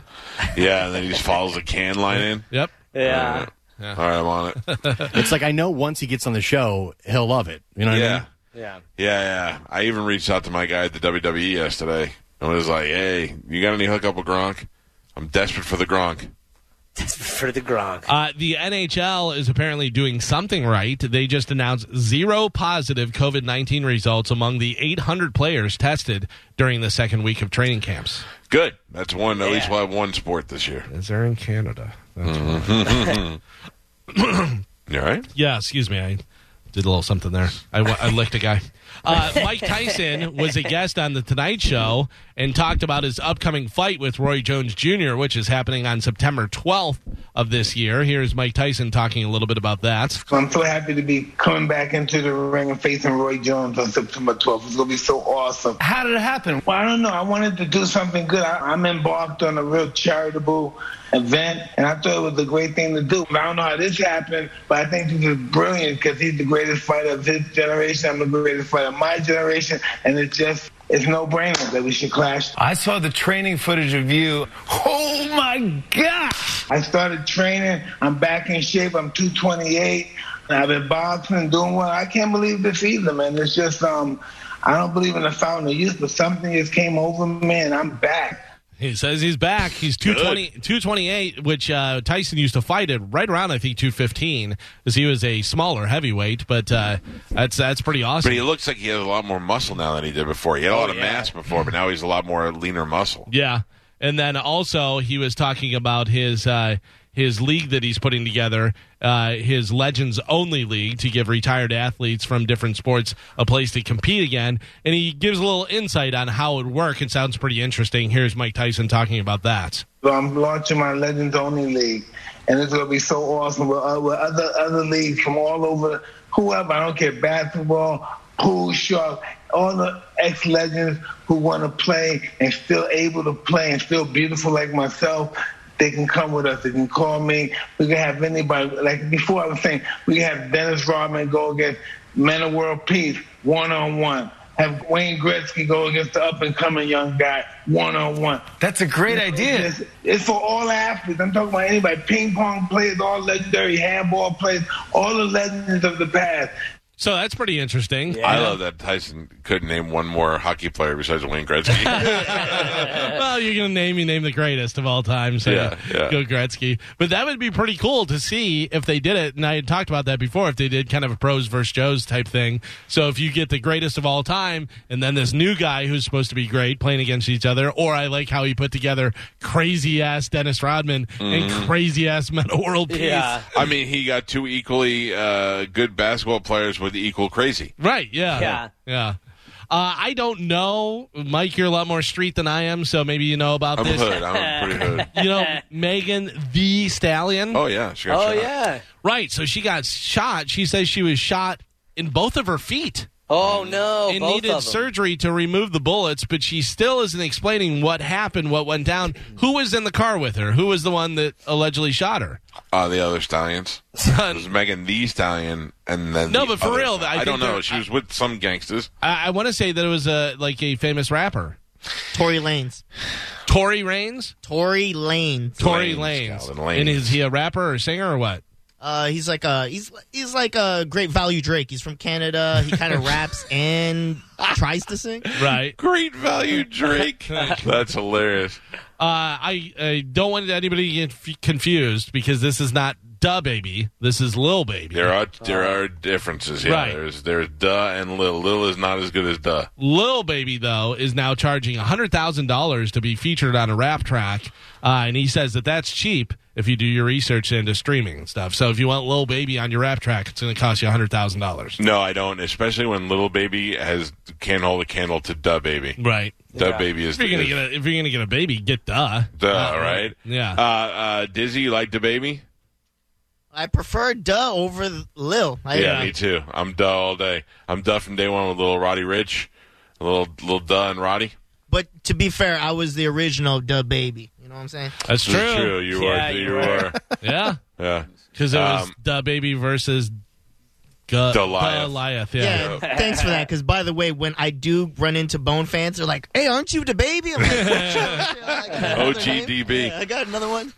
Speaker 1: Yeah. And then he just follows the can line in.
Speaker 2: Yep.
Speaker 3: Yeah.
Speaker 1: All right, I'm on it.
Speaker 5: It's like I know once he gets on the show, he'll love it. You know what I
Speaker 1: Yeah.
Speaker 5: mean?
Speaker 3: Yeah.
Speaker 1: Yeah, yeah. I even reached out to my guy at the WWE yesterday and was like, "Hey, you got any hookup with Gronk? I'm desperate for the Gronk."
Speaker 3: For the Gronk.
Speaker 2: Uh, the NHL is apparently doing something right. They just announced zero positive COVID nineteen results among the eight hundred players tested during the second week of training camps.
Speaker 1: Good. That's one. At least
Speaker 3: Yeah.
Speaker 1: we'll have one sport this year.
Speaker 2: Is there in Canada?
Speaker 1: You all right?
Speaker 2: Yeah, excuse me. I did a little something there. I, wa- I licked a guy. Uh, Mike Tyson was a guest on The Tonight Show and talked about his upcoming fight with Roy Jones Jr., which is happening on September 12th of this year. Here's Mike Tyson talking a little bit about that.
Speaker 11: So I'm so happy to be coming back into the ring and facing Roy Jones on September 12th. It's going to be so awesome. How did it happen? Well, I don't know. I wanted to do something good. I, I'm embarked on a real charitable event, and I thought it was a great thing to do. I don't know how this happened, but I think this is brilliant because he's the greatest fighter of his generation. I'm the greatest fighter of my generation, and it's just, it's no brainer that we should clash.
Speaker 8: I saw the training footage of you. Oh my God!
Speaker 11: I started training. I'm back in shape. I'm 228. And I've been boxing, doing well. I can't believe this either, man. It's just um, I don't believe in the fountain of youth, but something just came over me, and I'm back.
Speaker 2: He says he's back. He's 220, 228, which uh, Tyson used to fight at right around, I think, 215, because he was a smaller heavyweight, but uh, that's, that's pretty awesome.
Speaker 1: But he looks like he has a lot more muscle now than he did before. He had a lot of mass before, but now he's a lot more leaner muscle.
Speaker 2: Oh, Yeah, and then also he was talking about his uh, his league that he's putting together, uh, his Legends Only League, to give retired athletes from different sports a place to compete again. And he gives a little insight on how it would work. It sounds pretty interesting. Here's Mike Tyson talking about that.
Speaker 11: So I'm launching my Legends Only League, and it's gonna be so awesome with, uh, with other other leagues from all over, whoever I don't care, basketball, pool, shark, all the ex legends who want to play and still able to play and still beautiful like myself. They can come with us. They can call me. We can have anybody. Like before, I was saying we can have Dennis Rodman go against Men of World Peace one on one. Have Wayne Gretzky go against the up and coming young guy one on one.
Speaker 8: That's a great idea.
Speaker 11: It's, it's for all athletes. I'm talking about anybody. Ping pong players, all legendary handball players, all the legends of the past.
Speaker 2: So that's pretty interesting.
Speaker 1: I love that Tyson couldn't name one more hockey player besides Wayne Gretzky.
Speaker 2: well, you're gonna name you name the greatest of all time, so
Speaker 1: Yeah, yeah.
Speaker 2: go Gretzky. But that would be pretty cool to see if they did it. And I had talked about that before. If they did kind of a pros versus Joes type thing. So if you get the greatest of all time, and then this new guy who's supposed to be great playing against each other, or I like how he put together crazy ass Dennis Rodman
Speaker 1: Mm-hmm.
Speaker 2: and crazy ass Metal World Peace.
Speaker 3: Yeah.
Speaker 1: I mean, he got two equally uh, good basketball players with equal crazy.
Speaker 2: Right. Yeah.
Speaker 3: Yeah.
Speaker 2: Yeah. Uh, I don't know, Mike. You're a lot more street than I am, so maybe you know about
Speaker 1: I'm
Speaker 2: this.
Speaker 1: hood. I'm pretty hood.
Speaker 2: You know, Megan the Stallion.
Speaker 1: Oh yeah, she got
Speaker 3: Oh
Speaker 1: shot.
Speaker 3: yeah.
Speaker 2: Right. So she got shot. She says she was shot in both of her feet
Speaker 3: Oh no.
Speaker 2: and
Speaker 3: both
Speaker 2: needed
Speaker 3: of 'em.
Speaker 2: surgery to remove the bullets, but she still isn't explaining what happened, what went down, who was in the car with her, who was the one that allegedly shot her.
Speaker 1: Uh, the other stallions. it was Megan the stallion, and then
Speaker 2: No,
Speaker 1: the
Speaker 2: but for
Speaker 1: other
Speaker 2: real,
Speaker 1: stallion.
Speaker 2: I
Speaker 1: I,
Speaker 2: think
Speaker 1: don't know.
Speaker 2: they're-
Speaker 1: She was with some gangsters.
Speaker 2: I, I want to say that it was a like a famous rapper,
Speaker 10: Tory Lanes.
Speaker 2: Tory Raines.
Speaker 10: Tory Lanes.
Speaker 2: Tory
Speaker 1: Lanez,
Speaker 2: Lanez.
Speaker 1: Calvin Lanez.
Speaker 2: And is he a rapper or singer or what?
Speaker 10: Uh, he's like a he's he's like a great value Drake. He's from Canada. He kind of raps and tries to sing.
Speaker 2: Right.
Speaker 1: Great value, Drake. That's hilarious.
Speaker 2: Uh, I, I don't want anybody to get f- confused because this is not Duh Baby. This is Lil Baby.
Speaker 1: There are there are differences. Yeah,
Speaker 2: Right.
Speaker 1: there's there's duh and lil. Lil is not as good as duh.
Speaker 2: Lil Baby, though, is now charging $100,000 to be featured on a rap track. Uh, and he says that that's cheap if you do your research into streaming and stuff. So if you want Lil Baby on your rap track, it's going to cost you $100,000.
Speaker 1: No, I don't. Especially when little baby has can't hold a candle to duh baby.
Speaker 2: Right.
Speaker 1: Duh baby is
Speaker 2: If you're gonna
Speaker 1: is
Speaker 2: get a, if you're gonna get a baby, get duh.
Speaker 1: duh. right.
Speaker 2: Yeah.
Speaker 1: Uh, uh, Dizzy, you like the baby?
Speaker 10: I prefer Duh over Lil. I,
Speaker 1: Yeah, me too. I'm duh all day. I'm duh from day one with little Roddy Rich, a little little duh and Roddy.
Speaker 10: But to be fair, I was the original Duh baby. You know what I'm saying?
Speaker 2: That's
Speaker 1: This is true. You
Speaker 3: Yeah,
Speaker 1: are.
Speaker 3: you
Speaker 1: You, are.
Speaker 2: Yeah.
Speaker 1: yeah.
Speaker 2: Because it was
Speaker 1: Um,
Speaker 2: Duh Baby versus Gu-
Speaker 1: Goliath.
Speaker 2: Goliath.
Speaker 10: Yeah,
Speaker 1: Yeah.
Speaker 10: thanks for that. Because by the way, when I do run into Bone fans, they're like, "Hey, aren't you the baby?" I'm like,
Speaker 1: OGDB.
Speaker 10: I got another one.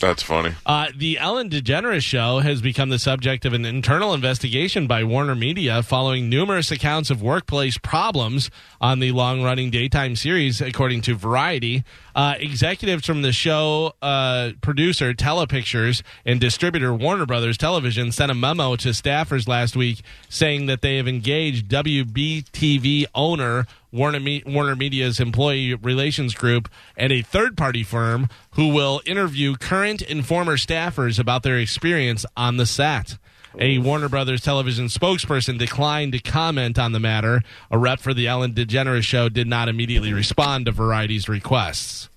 Speaker 1: That's funny.
Speaker 2: Uh, the Ellen DeGeneres show has become the subject of an internal investigation by Warner Media following numerous accounts of workplace problems on the long running daytime series, according to Variety. Uh, executives from the show uh, producer Telepictures and distributor Warner Brothers Television sent a memo to staffers last week saying that they have engaged WBTV owner Warner, Me- Warner Media's employee relations group and a third party firm who will interview current and former staffers about their experience on the set. A Warner Brothers television spokesperson declined to comment on the matter. A rep for the Ellen DeGeneres show did not immediately respond to Variety's requests.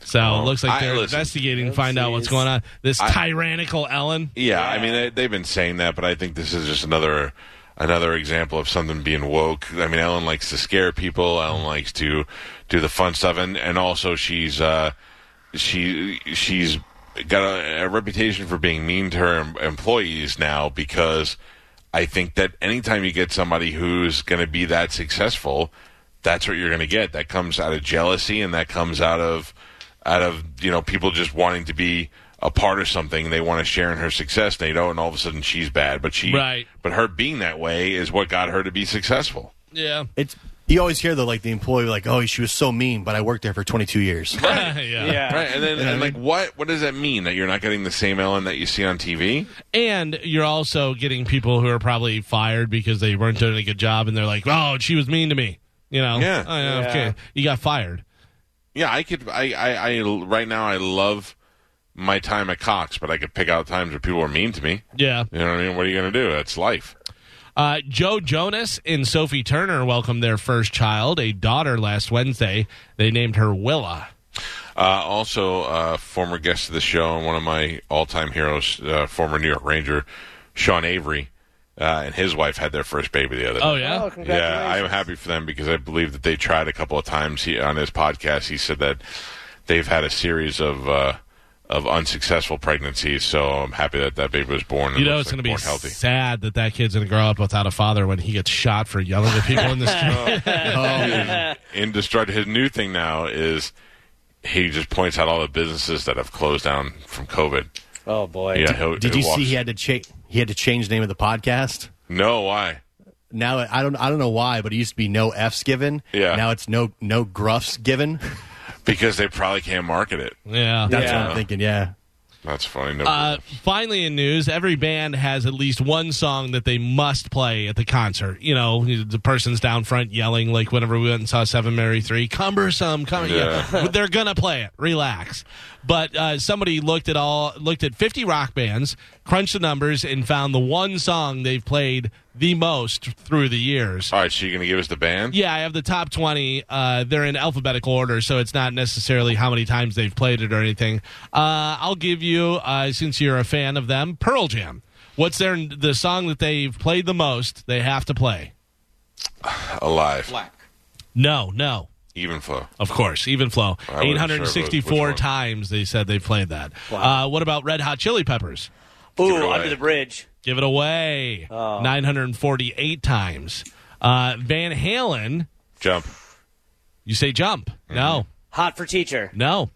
Speaker 2: So it looks like
Speaker 1: I-
Speaker 2: they're
Speaker 1: listen.
Speaker 2: investigating to find out what's going on. This tyrannical Ellen.
Speaker 1: Yeah, I mean they, they've been saying that, but I think this is just another another example of something being woke. I mean, Ellen likes to scare people. Ellen likes to do the fun stuff, and and also she's uh, she she's got a, a reputation for being mean to her em- employees now because I think that anytime you get somebody who's going to be that successful, that's what you're going to get. That comes out of jealousy, and that comes out of out of you know people just wanting to be a part of something. They want to share in her success. They don't, and all of a sudden she's bad. But she,
Speaker 2: Right.
Speaker 1: But her being that way is what got her to be successful.
Speaker 2: Yeah.
Speaker 5: It's you always hear though, like the employee, like, "Oh, she was so mean," but I worked there for 22 years.
Speaker 2: yeah.
Speaker 3: Yeah.
Speaker 1: Right, and then and like what what does that mean that you're not getting the same Ellen that you see on TV?
Speaker 2: And you're also getting people who are probably fired because they weren't doing a good job and they're like, oh, she was mean to me. You know?
Speaker 1: Yeah.
Speaker 2: Oh, yeah, Okay. You got fired.
Speaker 1: Yeah, I could. I, I, I right now I love my time at Cox, but I could pick out times where people were mean to me.
Speaker 2: Yeah.
Speaker 1: You know what I mean? What are you going to do? That's life.
Speaker 2: Uh, Joe Jonas and Sophie Turner welcomed their first child, a daughter, last Wednesday. They named her Willa.
Speaker 1: Uh, also, uh, former guest of the show and one of my all-time heroes, uh, former New York Ranger Sean Avery, uh, and his wife had their first baby the other
Speaker 2: Oh,
Speaker 1: day.
Speaker 2: yeah?
Speaker 1: Yeah, I'm happy for them because I believe that they tried a couple of times. He, on his podcast, he said that they've had a series of uh, of unsuccessful pregnancies. So I'm happy that that baby was born. and
Speaker 2: You know,
Speaker 1: looks
Speaker 2: it's
Speaker 1: like
Speaker 2: going
Speaker 1: born
Speaker 2: to be
Speaker 1: healthy.
Speaker 2: sad that that kid's going to grow up without a father when he gets shot for yelling at people in the street.
Speaker 1: indestructible. His new thing now is he just points out all the businesses that have closed down from COVID.
Speaker 3: Oh boy.
Speaker 1: Yeah, he'll,
Speaker 5: Did
Speaker 1: he'll
Speaker 5: you
Speaker 1: walk-
Speaker 5: see he had to change? He had to change the name of the podcast.
Speaker 1: No, why?
Speaker 5: Now I don't I don't know why, but it used to be no F's given.
Speaker 1: Yeah.
Speaker 5: Now it's no no gruffs given.
Speaker 1: because they probably can't market it.
Speaker 2: Yeah.
Speaker 5: That's
Speaker 1: Yeah.
Speaker 5: what I'm thinking. Yeah.
Speaker 1: That's funny. No
Speaker 2: Uh, finally, in news, every band has at least one song that they must play at the concert. You know, the person's down front yelling, like whenever we went and saw Seven Mary Three, cumbersome, cum-
Speaker 1: Yeah.
Speaker 2: yeah. They're gonna play it. Relax. But uh, somebody looked at all, looked at fifty rock bands, crunched the numbers, and found the one song they've played the most through the years.
Speaker 1: All right, so you're going to give us the band?
Speaker 2: Yeah, I have the top 20. Uh, they're in alphabetical order, so it's not necessarily how many times they've played it or anything. Uh, I'll give you, uh, since you're a fan of them, Pearl Jam. What's their the song that they've played the most? They have to play.
Speaker 1: Alive.
Speaker 4: Black.
Speaker 2: No, no.
Speaker 1: Even flow.
Speaker 2: Of course, even flow.
Speaker 1: I wasn't sure if it was- which
Speaker 2: 864
Speaker 1: one.
Speaker 2: times they said they played that. Uh, what about Red Hot Chili Peppers?
Speaker 1: Give it
Speaker 3: Ooh,
Speaker 1: away.
Speaker 3: under the bridge.
Speaker 2: Give it away. 948 times. Uh, Van Halen,
Speaker 1: Jump.
Speaker 2: you say jump. No,
Speaker 3: Hot for teacher.
Speaker 2: no.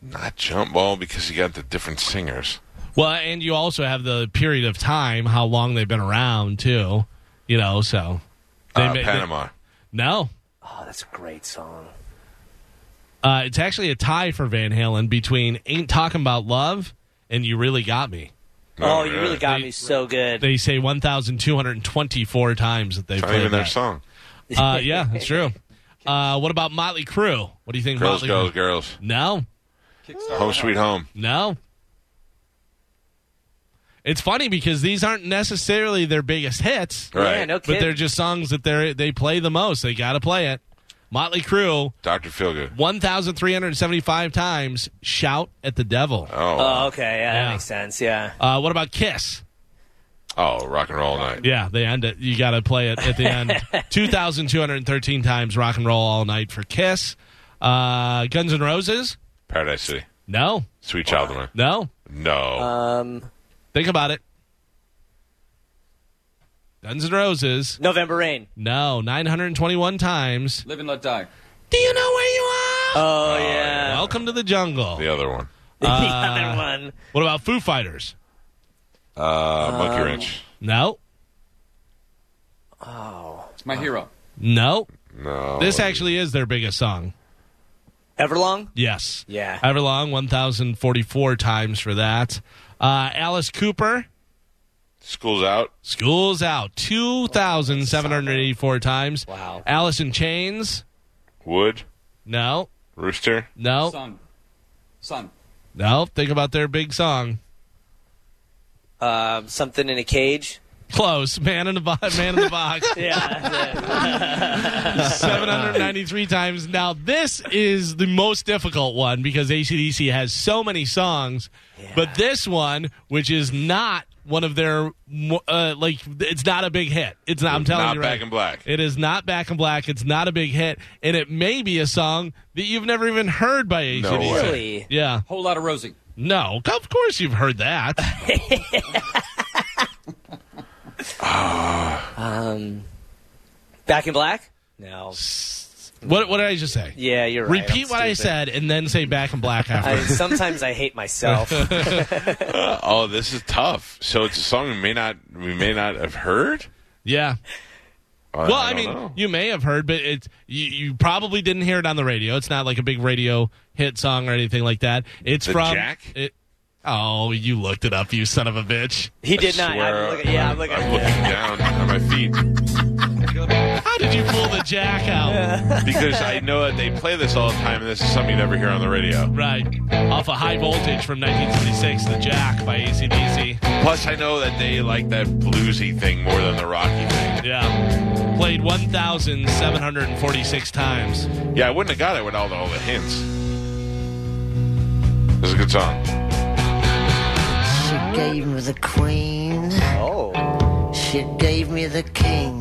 Speaker 1: Not jump ball because you got the different singers.
Speaker 2: Well, and you also have the period of time, how long they've been around, too. You know, so they
Speaker 1: Uh,
Speaker 2: ma- they-
Speaker 1: Panama.
Speaker 2: no,
Speaker 3: Oh, that's a great song.
Speaker 2: uh, it's actually a tie for Van Halen between "Ain't Talking About Love" and "You Really Got Me."
Speaker 1: No,
Speaker 3: oh, you really got
Speaker 2: They-
Speaker 3: me so good.
Speaker 2: They say 1,224 times that they
Speaker 1: It's not
Speaker 2: played
Speaker 1: even their
Speaker 2: that.
Speaker 1: song.
Speaker 2: Uh, yeah, that's true. Uh, what about Motley Crue? What do you think?
Speaker 1: Girls,
Speaker 2: Motley
Speaker 1: girls,
Speaker 2: Crue?
Speaker 1: girls.
Speaker 2: No,
Speaker 4: Kickstart
Speaker 1: Home sweet home.
Speaker 2: no. It's funny because these aren't necessarily their biggest hits.
Speaker 1: Right.
Speaker 3: Yeah, no
Speaker 2: but they're
Speaker 3: kidding.
Speaker 2: just songs that they they play the most. They got to play it. Motley Crue,
Speaker 1: Dr. Feelgood.
Speaker 2: one thousand three hundred seventy five times. Shout at the devil.
Speaker 1: Oh.
Speaker 3: Oh, okay. Yeah,
Speaker 2: Yeah.
Speaker 3: that makes sense. Yeah.
Speaker 2: Uh, what about Kiss?
Speaker 1: oh, rock and roll night.
Speaker 2: Yeah, they end it. You got to play it at the end. two thousand two hundred thirteen times. Rock and roll all night for Kiss. Uh, Guns N' Roses.
Speaker 1: Paradise City.
Speaker 2: No,
Speaker 1: Sweet Child of Mine.
Speaker 2: no.
Speaker 1: No.
Speaker 3: Um,
Speaker 2: Think about it. Guns N' Roses.
Speaker 3: November Rain.
Speaker 2: No, nine hundred twenty one times.
Speaker 4: Live and let die.
Speaker 2: Do you know where you are?
Speaker 3: Oh, yeah.
Speaker 2: Welcome to the jungle.
Speaker 1: the other one.
Speaker 2: Uh,
Speaker 3: the other one.
Speaker 2: What about Foo Fighters?
Speaker 1: Uh, Monkey Wrench.
Speaker 2: No,
Speaker 4: It's my hero.
Speaker 2: no.
Speaker 1: No.
Speaker 2: This actually is their biggest song.
Speaker 3: Everlong.
Speaker 2: Yes.
Speaker 3: Yeah.
Speaker 2: Everlong, 1,044 times for that. Uh, Alice Cooper,
Speaker 1: School's out.
Speaker 2: School's Out, 2,784 times.
Speaker 3: Wow.
Speaker 2: Alice in Chains,
Speaker 1: Wood.
Speaker 2: no,
Speaker 1: Rooster.
Speaker 2: no,
Speaker 4: Son. Son.
Speaker 2: no. Think about their big song.
Speaker 3: Um, something in a cage.
Speaker 2: Close. Man in the, bo- man in the box.
Speaker 3: Yeah.
Speaker 2: 793 times. Now, this is the most difficult one because ACDC has so many songs. But this one, which is not one of their, uh, like, it's not a big hit. It's not, I'm telling
Speaker 1: Not
Speaker 2: you.
Speaker 1: Back
Speaker 2: right.
Speaker 1: in Black.
Speaker 2: It is not Back in Black. It's not a big hit. And it may be a song that you've never even heard by ACDC.
Speaker 1: No way.
Speaker 3: really.
Speaker 2: Yeah.
Speaker 4: Whole lot of Rosie.
Speaker 2: No. Of course you've heard that.
Speaker 3: Um, Back in Black. No.
Speaker 2: what, what did I just say?
Speaker 3: Yeah, you're right.
Speaker 2: Repeat
Speaker 3: I'm
Speaker 2: what I
Speaker 3: stupid.
Speaker 2: said and then say Back in Black after.
Speaker 3: I, sometimes I hate myself.
Speaker 1: Oh, this is tough. So it's a song we may not we may not have heard. Uh,
Speaker 2: yeah. Well, I,
Speaker 1: don't
Speaker 2: mean,
Speaker 1: know.
Speaker 2: you may have heard, but it's you, you probably didn't hear it on the radio. It's not like a big radio hit song or anything like that. It's
Speaker 1: The
Speaker 2: from
Speaker 1: Jack?
Speaker 2: It, oh, you looked it up, you son of a bitch!
Speaker 3: he did
Speaker 1: I
Speaker 3: not.
Speaker 1: swear,
Speaker 3: I'm looking, yeah, I'm looking.
Speaker 1: I'm looking down at my feet
Speaker 2: How did you pull the Jack out?
Speaker 1: because I know that they play this all the time, and this is something you never hear on the radio.
Speaker 2: Right off a high voltage from 1976, the Jack by ACDC.
Speaker 1: Plus, I know that they like that bluesy thing more than the rocky thing.
Speaker 2: Yeah, played 1,746 times.
Speaker 1: Yeah, I wouldn't have got it without all the hints. This is a good song.
Speaker 12: She gave me the queen.
Speaker 3: oh,
Speaker 12: She gave me the king.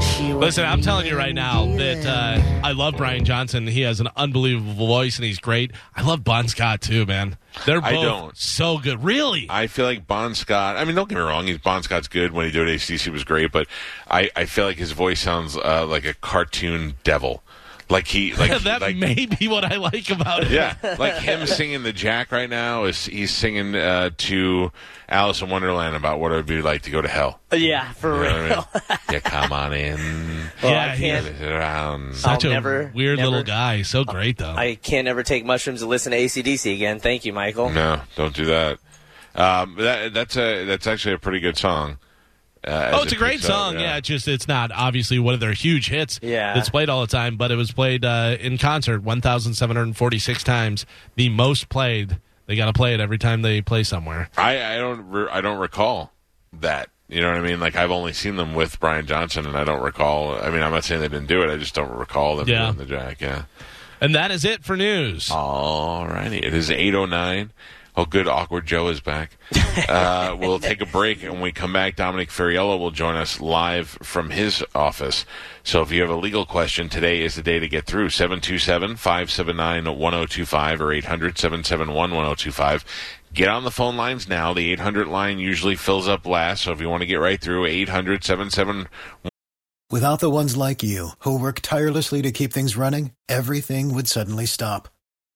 Speaker 12: She was
Speaker 2: Listen, I'm telling you right now that uh, I love Brian Johnson. He has an unbelievable voice and he's great. I love Bon Scott too, man. They're both
Speaker 1: I don't.
Speaker 2: so good. Really?
Speaker 1: I feel like Bon Scott. I mean, don't get me wrong. He's Bon Scott's good. When he did ACDC was great, but I, I feel like his voice sounds uh, like a cartoon devil. Like he, like
Speaker 2: that
Speaker 1: like,
Speaker 2: may be what I like about it.
Speaker 1: yeah, like him singing the Jack right now is he's singing uh, to Alice in Wonderland about what it would be like to go to hell.
Speaker 3: Yeah,
Speaker 1: You
Speaker 3: for
Speaker 1: know what I
Speaker 3: real.
Speaker 1: mean? yeah, come on in.
Speaker 3: Well,
Speaker 2: Oh, Yeah,
Speaker 3: I
Speaker 2: he-
Speaker 3: can't.
Speaker 1: Sit around.
Speaker 2: Such
Speaker 3: I'll
Speaker 2: a
Speaker 3: never-
Speaker 2: weird
Speaker 3: never-
Speaker 2: little guy. So great though.
Speaker 3: I can't ever take mushrooms and listen to ACDC again. Thank you, Michael.
Speaker 1: No, don't do that. Um, that that's a that's actually a pretty good song. Uh, as
Speaker 2: Oh, it's
Speaker 1: it
Speaker 2: a great
Speaker 1: picks up,
Speaker 2: song. yeah. it's just it's not obviously one of their huge hits.
Speaker 3: Yeah.
Speaker 2: that's played all the time, but it was played uh, in concert 1,746 times, the most played. They got to play it every time they play somewhere.
Speaker 1: I, I don't re- I don't recall that. You know what I mean? Like I've only seen them with Brian Johnson, and I don't recall. I mean, I'm not saying they didn't do it. I just don't recall them
Speaker 2: Yeah.
Speaker 1: doing the jack. Yeah.
Speaker 2: And that is it for news.
Speaker 1: All righty. It is 8.09. Oh, good. Awkward Joe is back. Uh, we'll take a break, and when we come back, Dominic Ferriello will join us live from his office. So if you have a legal question, today is the day to get through. 727-579-1025 or 800-771-1025. Get on the phone lines now. The 800 line usually fills up last, so if you want to get right through, 800 771
Speaker 13: Without the ones like you, who work tirelessly to keep things running, everything would suddenly stop.